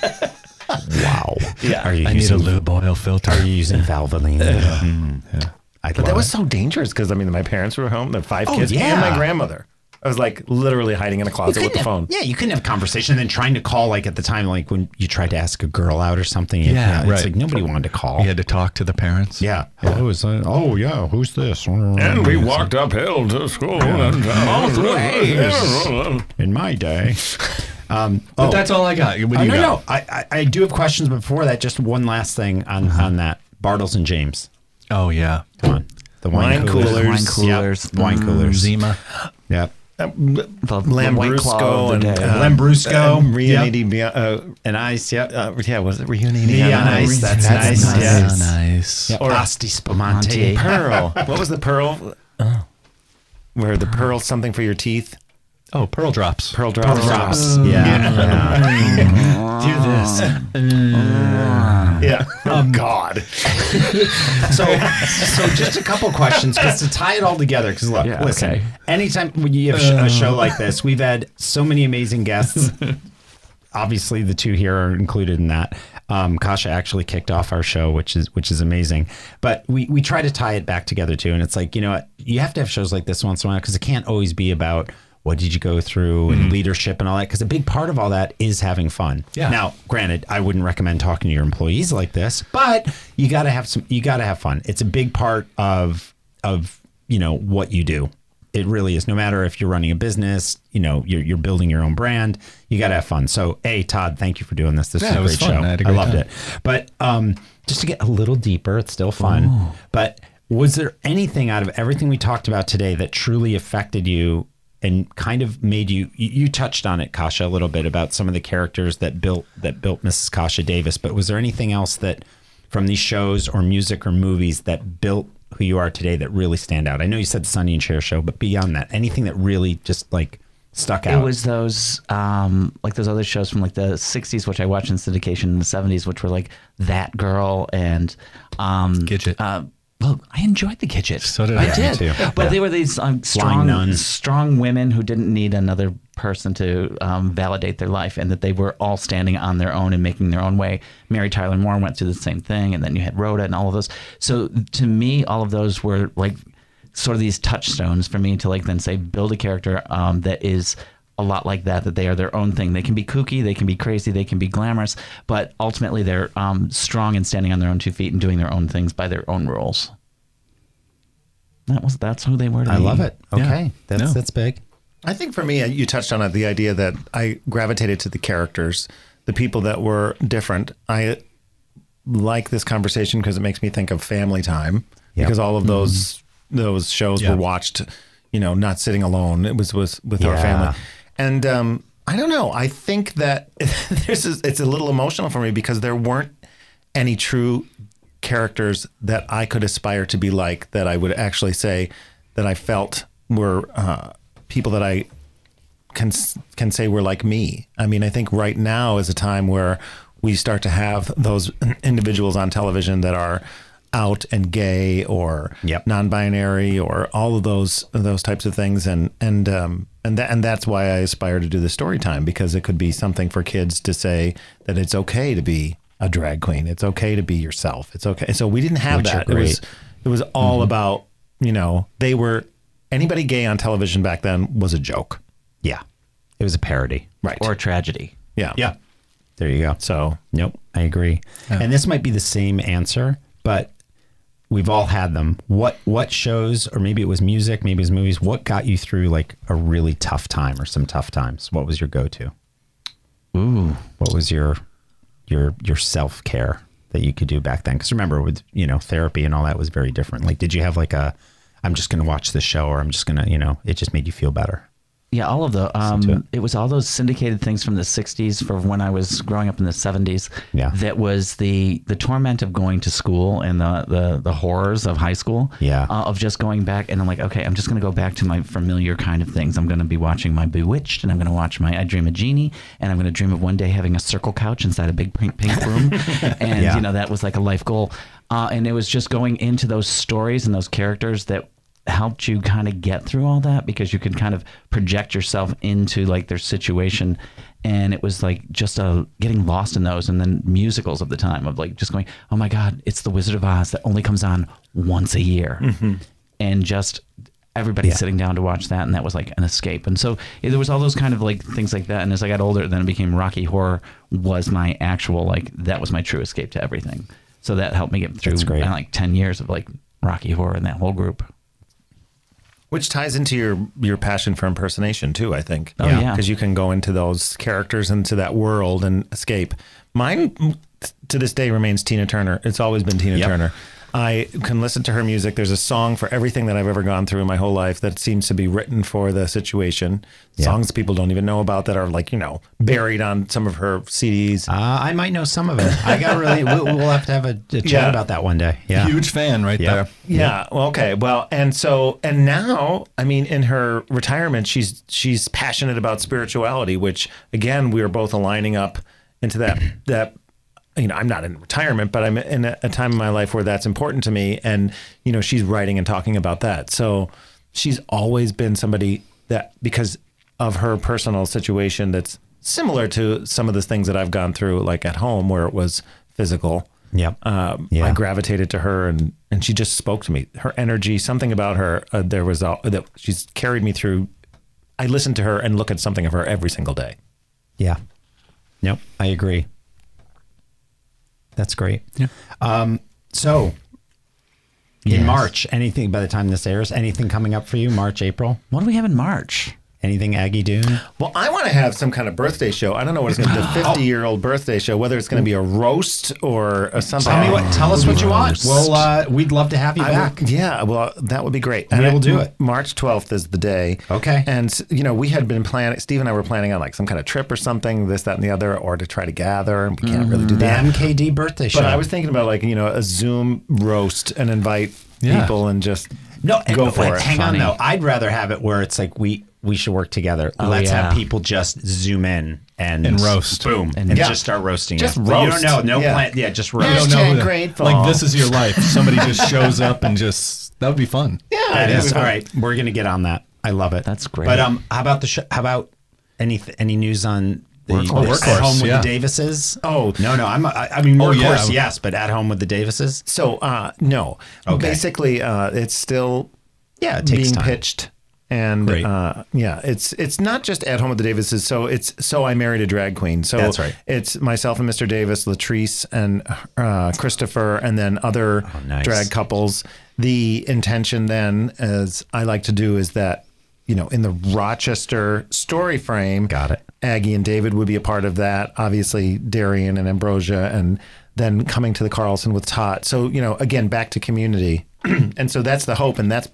wow.
Yeah,
Are you
I need a
using
lube oil filter.
Are you using Valvoline? Mm, yeah. I'd
But that
love
was
it.
so dangerous because I mean, my parents were home, the five
Oh,
kids, and
yeah.
my grandmother. I was like literally hiding in a
You
closet
couldn't
with the
have-
phone.
Yeah, you couldn't have conversation and then trying to call like at the time, like when
you tried to ask a girl out or something.
Yeah,
it's
right.
like nobody wanted to call.
You had to talk to the parents.
Yeah. Hello, is that? Oh, yeah. Who's this?
And we walked uphill to school. And,
Both
ways.
In my day. *laughs* Um,
But
oh,
that's all I got. What do
oh,
you
no,
got?
no. I, I, I do have questions before that. Just one last thing on, on that. Bartles and James.
Oh yeah.
Come on. The wine,
Wine coolers.
Wine
Yep.
coolers.
Wine coolers.
Zima.
Yep.
The, the white claw
Lambrusco
of
and
the day.
uh,
Lambrusco.
and Riuniti Bia- uh,
And ice. Yep.
uh, yeah, was it Riuniti?
Neon ice. That's, nice.
nice.
Yeah.
Oh, nice.
Or Asti Spumante.
Pearl. What was the pearl? Oh. Where the pearl something for your teeth?
Oh, pearl drops.
Pearl drops.
Drops. Yeah.
Do this.
*laughs*
Yeah. Oh God.
Um, so, so just a couple questions because to tie it all together. Because look,
Yeah,
listen,
okay.
anytime when you have sh-
Uh.
a show like this, we've had so many amazing guests. Obviously, the two here are included in that. Um, Kasha actually kicked off our show, which is which is amazing. But we we try to tie it back together too, and it's like you know what, you have to have shows like this once in a while because it can't always be about what did you go through and leadership and all that. Because a big part of all that is having fun.
Yeah.
Now, granted, I wouldn't recommend talking to your employees like this, but you got to have some. You got to have fun. It's a big part of of you know what you do. It really is. No matter if you're running a business, you know you're you're building your own brand. You got to have fun. So, a Todd, thank you for doing this. This
Yeah, it
was
was
a great
fun.
show.
I
I,
had a great
loved
time.
it. But um, just to get a little deeper, it's still fun. But was there anything out of everything we talked about today that truly affected you and kind of made you? You, you touched on it, Kasha, a little bit about some of the characters that built that built Mrs. Kasha Davis. But was there anything else that from these shows or music or movies that built who you are today that really stand out? I know you said Sunny and Cher show, but beyond that, anything that really just like stuck out?
It was those um, like those other shows from like the '60s, which I watched in syndication in the '70s, which were like That Girl and um,
Gidget.
Uh, well, I enjoyed the Gidget.
So did I.
I
Me
did,
too.
but they were these um, strong,
nun.
strong women who didn't need another person to um, validate their life, and that they were all standing on their own and making their own way. Mary Tyler Moore went through the same thing, and then you had Rhoda and all of those. So to me, all of those were like sort of these touchstones for me to like then say build a character um, that is a lot like that that they are their own thing they can be kooky they can be crazy they can be glamorous but ultimately they're um, strong and standing on their own two feet and doing their own things by their own rules that was that's who they were to
I
me.
love it.
Yeah.
Okay, that's
No.
that's big.
I think for me, uh, you touched on it, the idea that I gravitated to the characters, the people that were different. I like this conversation because it makes me think of family time
Yep.
because all of those those shows
Yeah.
were watched, you know, not sitting alone. It was was with our
Yeah.
family, and um, I don't know. I think that *laughs* this is it's a little emotional for me because there weren't any true characters that I could aspire to be like that I would actually say that I felt were uh, people that I can can say we're like me. I mean, I think right now is a time where we start to have those individuals on television that are out and gay or
Yep.
non-binary or all of those those types of things and and um and that and that's why I aspire to do the story time because it could be something for kids to say that it's okay to be a drag queen. It's okay to be yourself. It's okay. So we didn't have
Which are
that. It was
great. Mm-hmm.
it was all about, you know, they were anybody gay on television back then was a joke.
Yeah, it was a parody.
Right.
or tragedy
yeah.
Yeah. There you go.
So
Nope, I agree. And this might be the same answer, but we've all had them. What what shows, or maybe it was music, maybe it was movies. What got you through like a really tough time or some tough times? What was your go to?
ooh
What was your your your self care that you could do back then? Because remember, with you know therapy and all that was very different. Like, did you have like a I'm just going to watch this show, or I'm just going to you know it just made you feel better?
yeah, all of the um, it was all those syndicated things from the '60s for when I was growing up in the '70s.
Yeah.
that was the the torment of going to school and the the, the horrors of high school.
Yeah.
uh, of just going back and I'm like, okay, I'm just gonna go back to my familiar kind of things. I'm gonna be watching my Bewitched and I'm gonna watch my I Dream of Genie and I'm gonna dream of one day having a circle couch inside a big pink, pink
*laughs*
room, and
Yeah.
you know that was like a life goal. Uh, and it was just going into those stories and those characters that helped you kind of get through all that because you could kind of project yourself into like their situation and it was like just uh, getting lost in those and then musicals of the time of like just going oh my god it's the wizard of oz that only comes on once a year and just everybody sitting down to watch that and that was like an escape and so yeah, there was all those kind of like things like that and as i got older then it became rocky horror was my actual like that was my true escape to everything so that helped me get through
great.
uh, like 10 years of like rocky horror and that whole group
Which ties into your your passion for impersonation too, I think.
Oh, Yeah. yeah.
Because you can go into those characters into that world and escape. Mine mm, to this day remains Tina Turner. It's always been Tina Turner. I can listen to her music. There's a song for everything that I've ever gone through in my whole life that seems to be written for the situation. Songs people don't even know about that are like, you know, buried on some of her CDs.
Uh, I might know some of it.
I got really. We'll, we'll have to have a, a chat
Yeah.
about that one day. Yeah.
Huge fan right
Yep.
there.
Yeah. Well, okay. Well, and so and now, I mean, in her retirement, she's she's passionate about spirituality, which again, we are both aligning up into that that you know, I'm not in retirement, but I'm in a, a time in my life where that's important to me, and you know, she's writing and talking about that. So she's always been somebody that because of her personal situation that's similar to some of the things that I've gone through, like at home where it was physical.
Yep.
Um, I
Yeah.
gravitated to her, and and she just spoke to me. Her energy, something about her, uh, there was all that she's carried me through. I listen to her and look at something of her every single day.
Yeah. Nope. I agree. That's great. Yeah. Um, so in March, anything by the time this airs, anything coming up for you? March, April?
what do we have in march
Anything Aggie Dune?
Well, I want to have some kind of birthday show. I don't know what it's going to
*laughs*
be,
Oh.
the 50 year old birthday show, whether it's going to be a roast or a something.
Mm. Tell me what. Tell us what you want. Well, uh, we'd love to have you
Oh, I
back.
would- yeah, well, that would be great.
We will
I-
do it.
March 12th is the day.
Okay.
And, s- you know, we had been planning, Steve and I were planning on like some kind of trip or something, this, that, and the other, or to try to gather, and we can't really do
the
that.
MKD birthday show.
But I was thinking about like you know a Zoom roast and invite
Yeah.
people and just
No, and
go
but
for it.
Hang
Funny.
on though. I'd rather have it where it's like we we should work together. Let's
yeah.
have people just zoom in and,
And roast.
Boom. And,
Yeah.
just start roasting.
Just
it. But
roast.
You don't know. No
Yeah.
plan. Yeah, just
You
roast.
don't know
Hashtag
who the-
grateful.
Like this is your life. Somebody just shows up and just that would be fun. Yeah.
That is all right. We're gonna get on that. I love it.
That's great.
But um, how about the sh- how about any any news on the
Workhorse.
the-
Workhorse,
at home with
yeah.
the Davises?
Oh.
no, no. I'm I, I mean
Oh, yeah.
workhorse, yes, but at home with the Davises.
So uh, no,
Okay.
basically uh, it's still
Yeah, it takes
being
time.
pitched. And
Great.
uh, yeah, it's it's not just at home with the Davises. So it's so I married a drag queen. So
That's right.
It's myself and Mr. Davis, Latrice, and uh, Christopher, and then other
Oh, nice.
drag couples. The intention then, as I like to do, is that you know in the Rochester story frame,
Got it.
Aggie and David would be a part of that. Obviously, Darian and Ambrosia, and then coming to the Carlson with Tot. So you know, again, back to community, *clears throat* and so that's the hope, and that's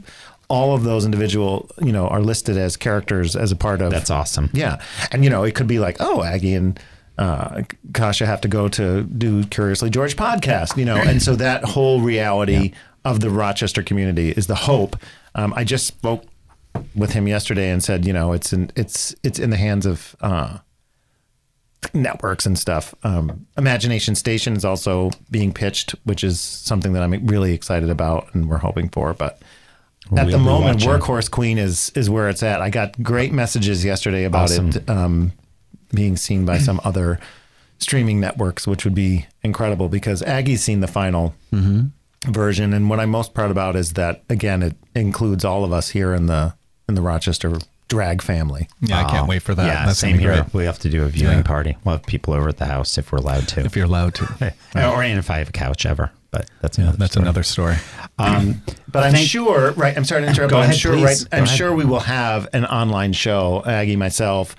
all of those individual you know are listed as characters as a part of.
That's awesome.
Yeah, and you know, it could be like, oh, Aggie and. Uh, Kasha have to go to do Curiously George podcast, you know, and so that whole reality of the Rochester community is the hope. Um, I just spoke with him yesterday and said, you know, it's in it's it's in the hands of uh, networks and stuff. Um, Imagination Station is also being pitched, which is something that I'm really excited about and we're hoping for. But at the
be
moment,
watching.
Workhorse Queen is is where it's at. I got great messages yesterday about it um, being seen by some other streaming networks, which would be incredible because Aggie's seen the final. version and what i'm most proud about is that again it includes all of us here in the in the rochester drag family
Yeah, I can't wait for that.
Yeah,
That's gonna
same
be
here.
great.
We have to do a viewing
Yeah.
party. We'll have people over at the house if we're allowed to,
If you're allowed to.
or and if I have a couch ever. But that's
Yeah,
another
that's
story.
another story.
Um,
But I'm sure, right? I'm sorry to interrupt.
Go
but I'm
ahead,
sure,
please.
right?
Go
I'm
ahead.
sure we will have an online show. Aggie, myself,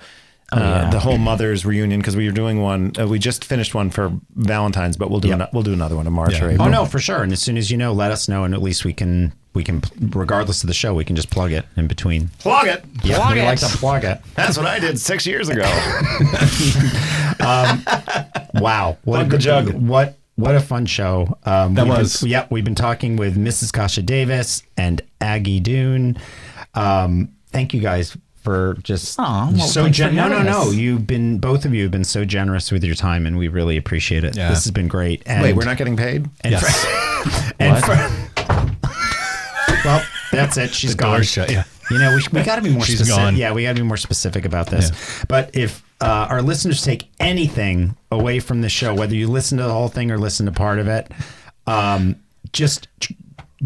uh, the whole mothers reunion because we were doing one. Uh, we just finished one for Valentine's, but we'll do ano- we'll do another one in March or April.
Oh no, for sure. And as soon as you know, let us know, and at least we can we can regardless of the show, we can just plug it in between.
Plug it.
Yeah, we like to plug it.
That's what I did six years *laughs* ago.
Wow, what
*laughs* Plug
a
the
good
jug.
What what a fun show. Um, that
was.
Been, yep, we've been talking with Mrs. Kasha Davis and Aggie Dune. Um, thank you guys for just
Aw, well,
so
thanks for
gen- no no
having
no
us.
you've been both of you have been so generous with your time and we really appreciate it
Yeah.
this has been great and,
Wait, we're not getting paid.
and
*laughs*
Fra- and Fra- *laughs* well that's it She's gone
Doors shut. Yeah.
you know, we, sh- we got to be more
She's
specific.
gone.
Yeah, we got to be more specific about this. But if uh, our listeners take anything away from this show, whether you listen to the whole thing or listen to part of it, um, just tr-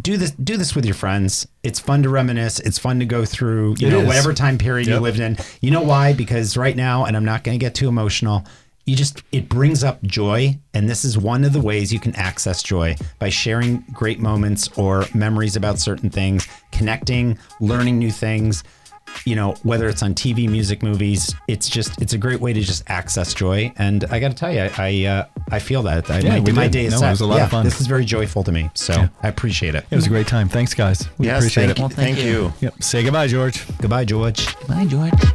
do this. Do this with your friends. It's fun to reminisce. It's fun to go through. You
It
know,
is.
whatever time period you
Yep.
lived in. You know why? Because right now, and I'm not going to get too emotional. You just it brings up joy, and this is one of the ways you can access joy by sharing great moments or memories about certain things, connecting, learning new things. You know, whether it's on TV, music, movies, it's just it's a great way to just access joy. And I got to tell you, I I, uh, I feel that I,
Yeah,
my,
we
my
did.
day is
No, it
set.
was a lot of
Yeah,
fun.
This is very joyful to me, so I appreciate it.
It was a great time. Thanks, guys. We
Yes,
appreciate
thank,
it.
thank you.
Yep. Say goodbye, George.
Goodbye, George.
Bye, George.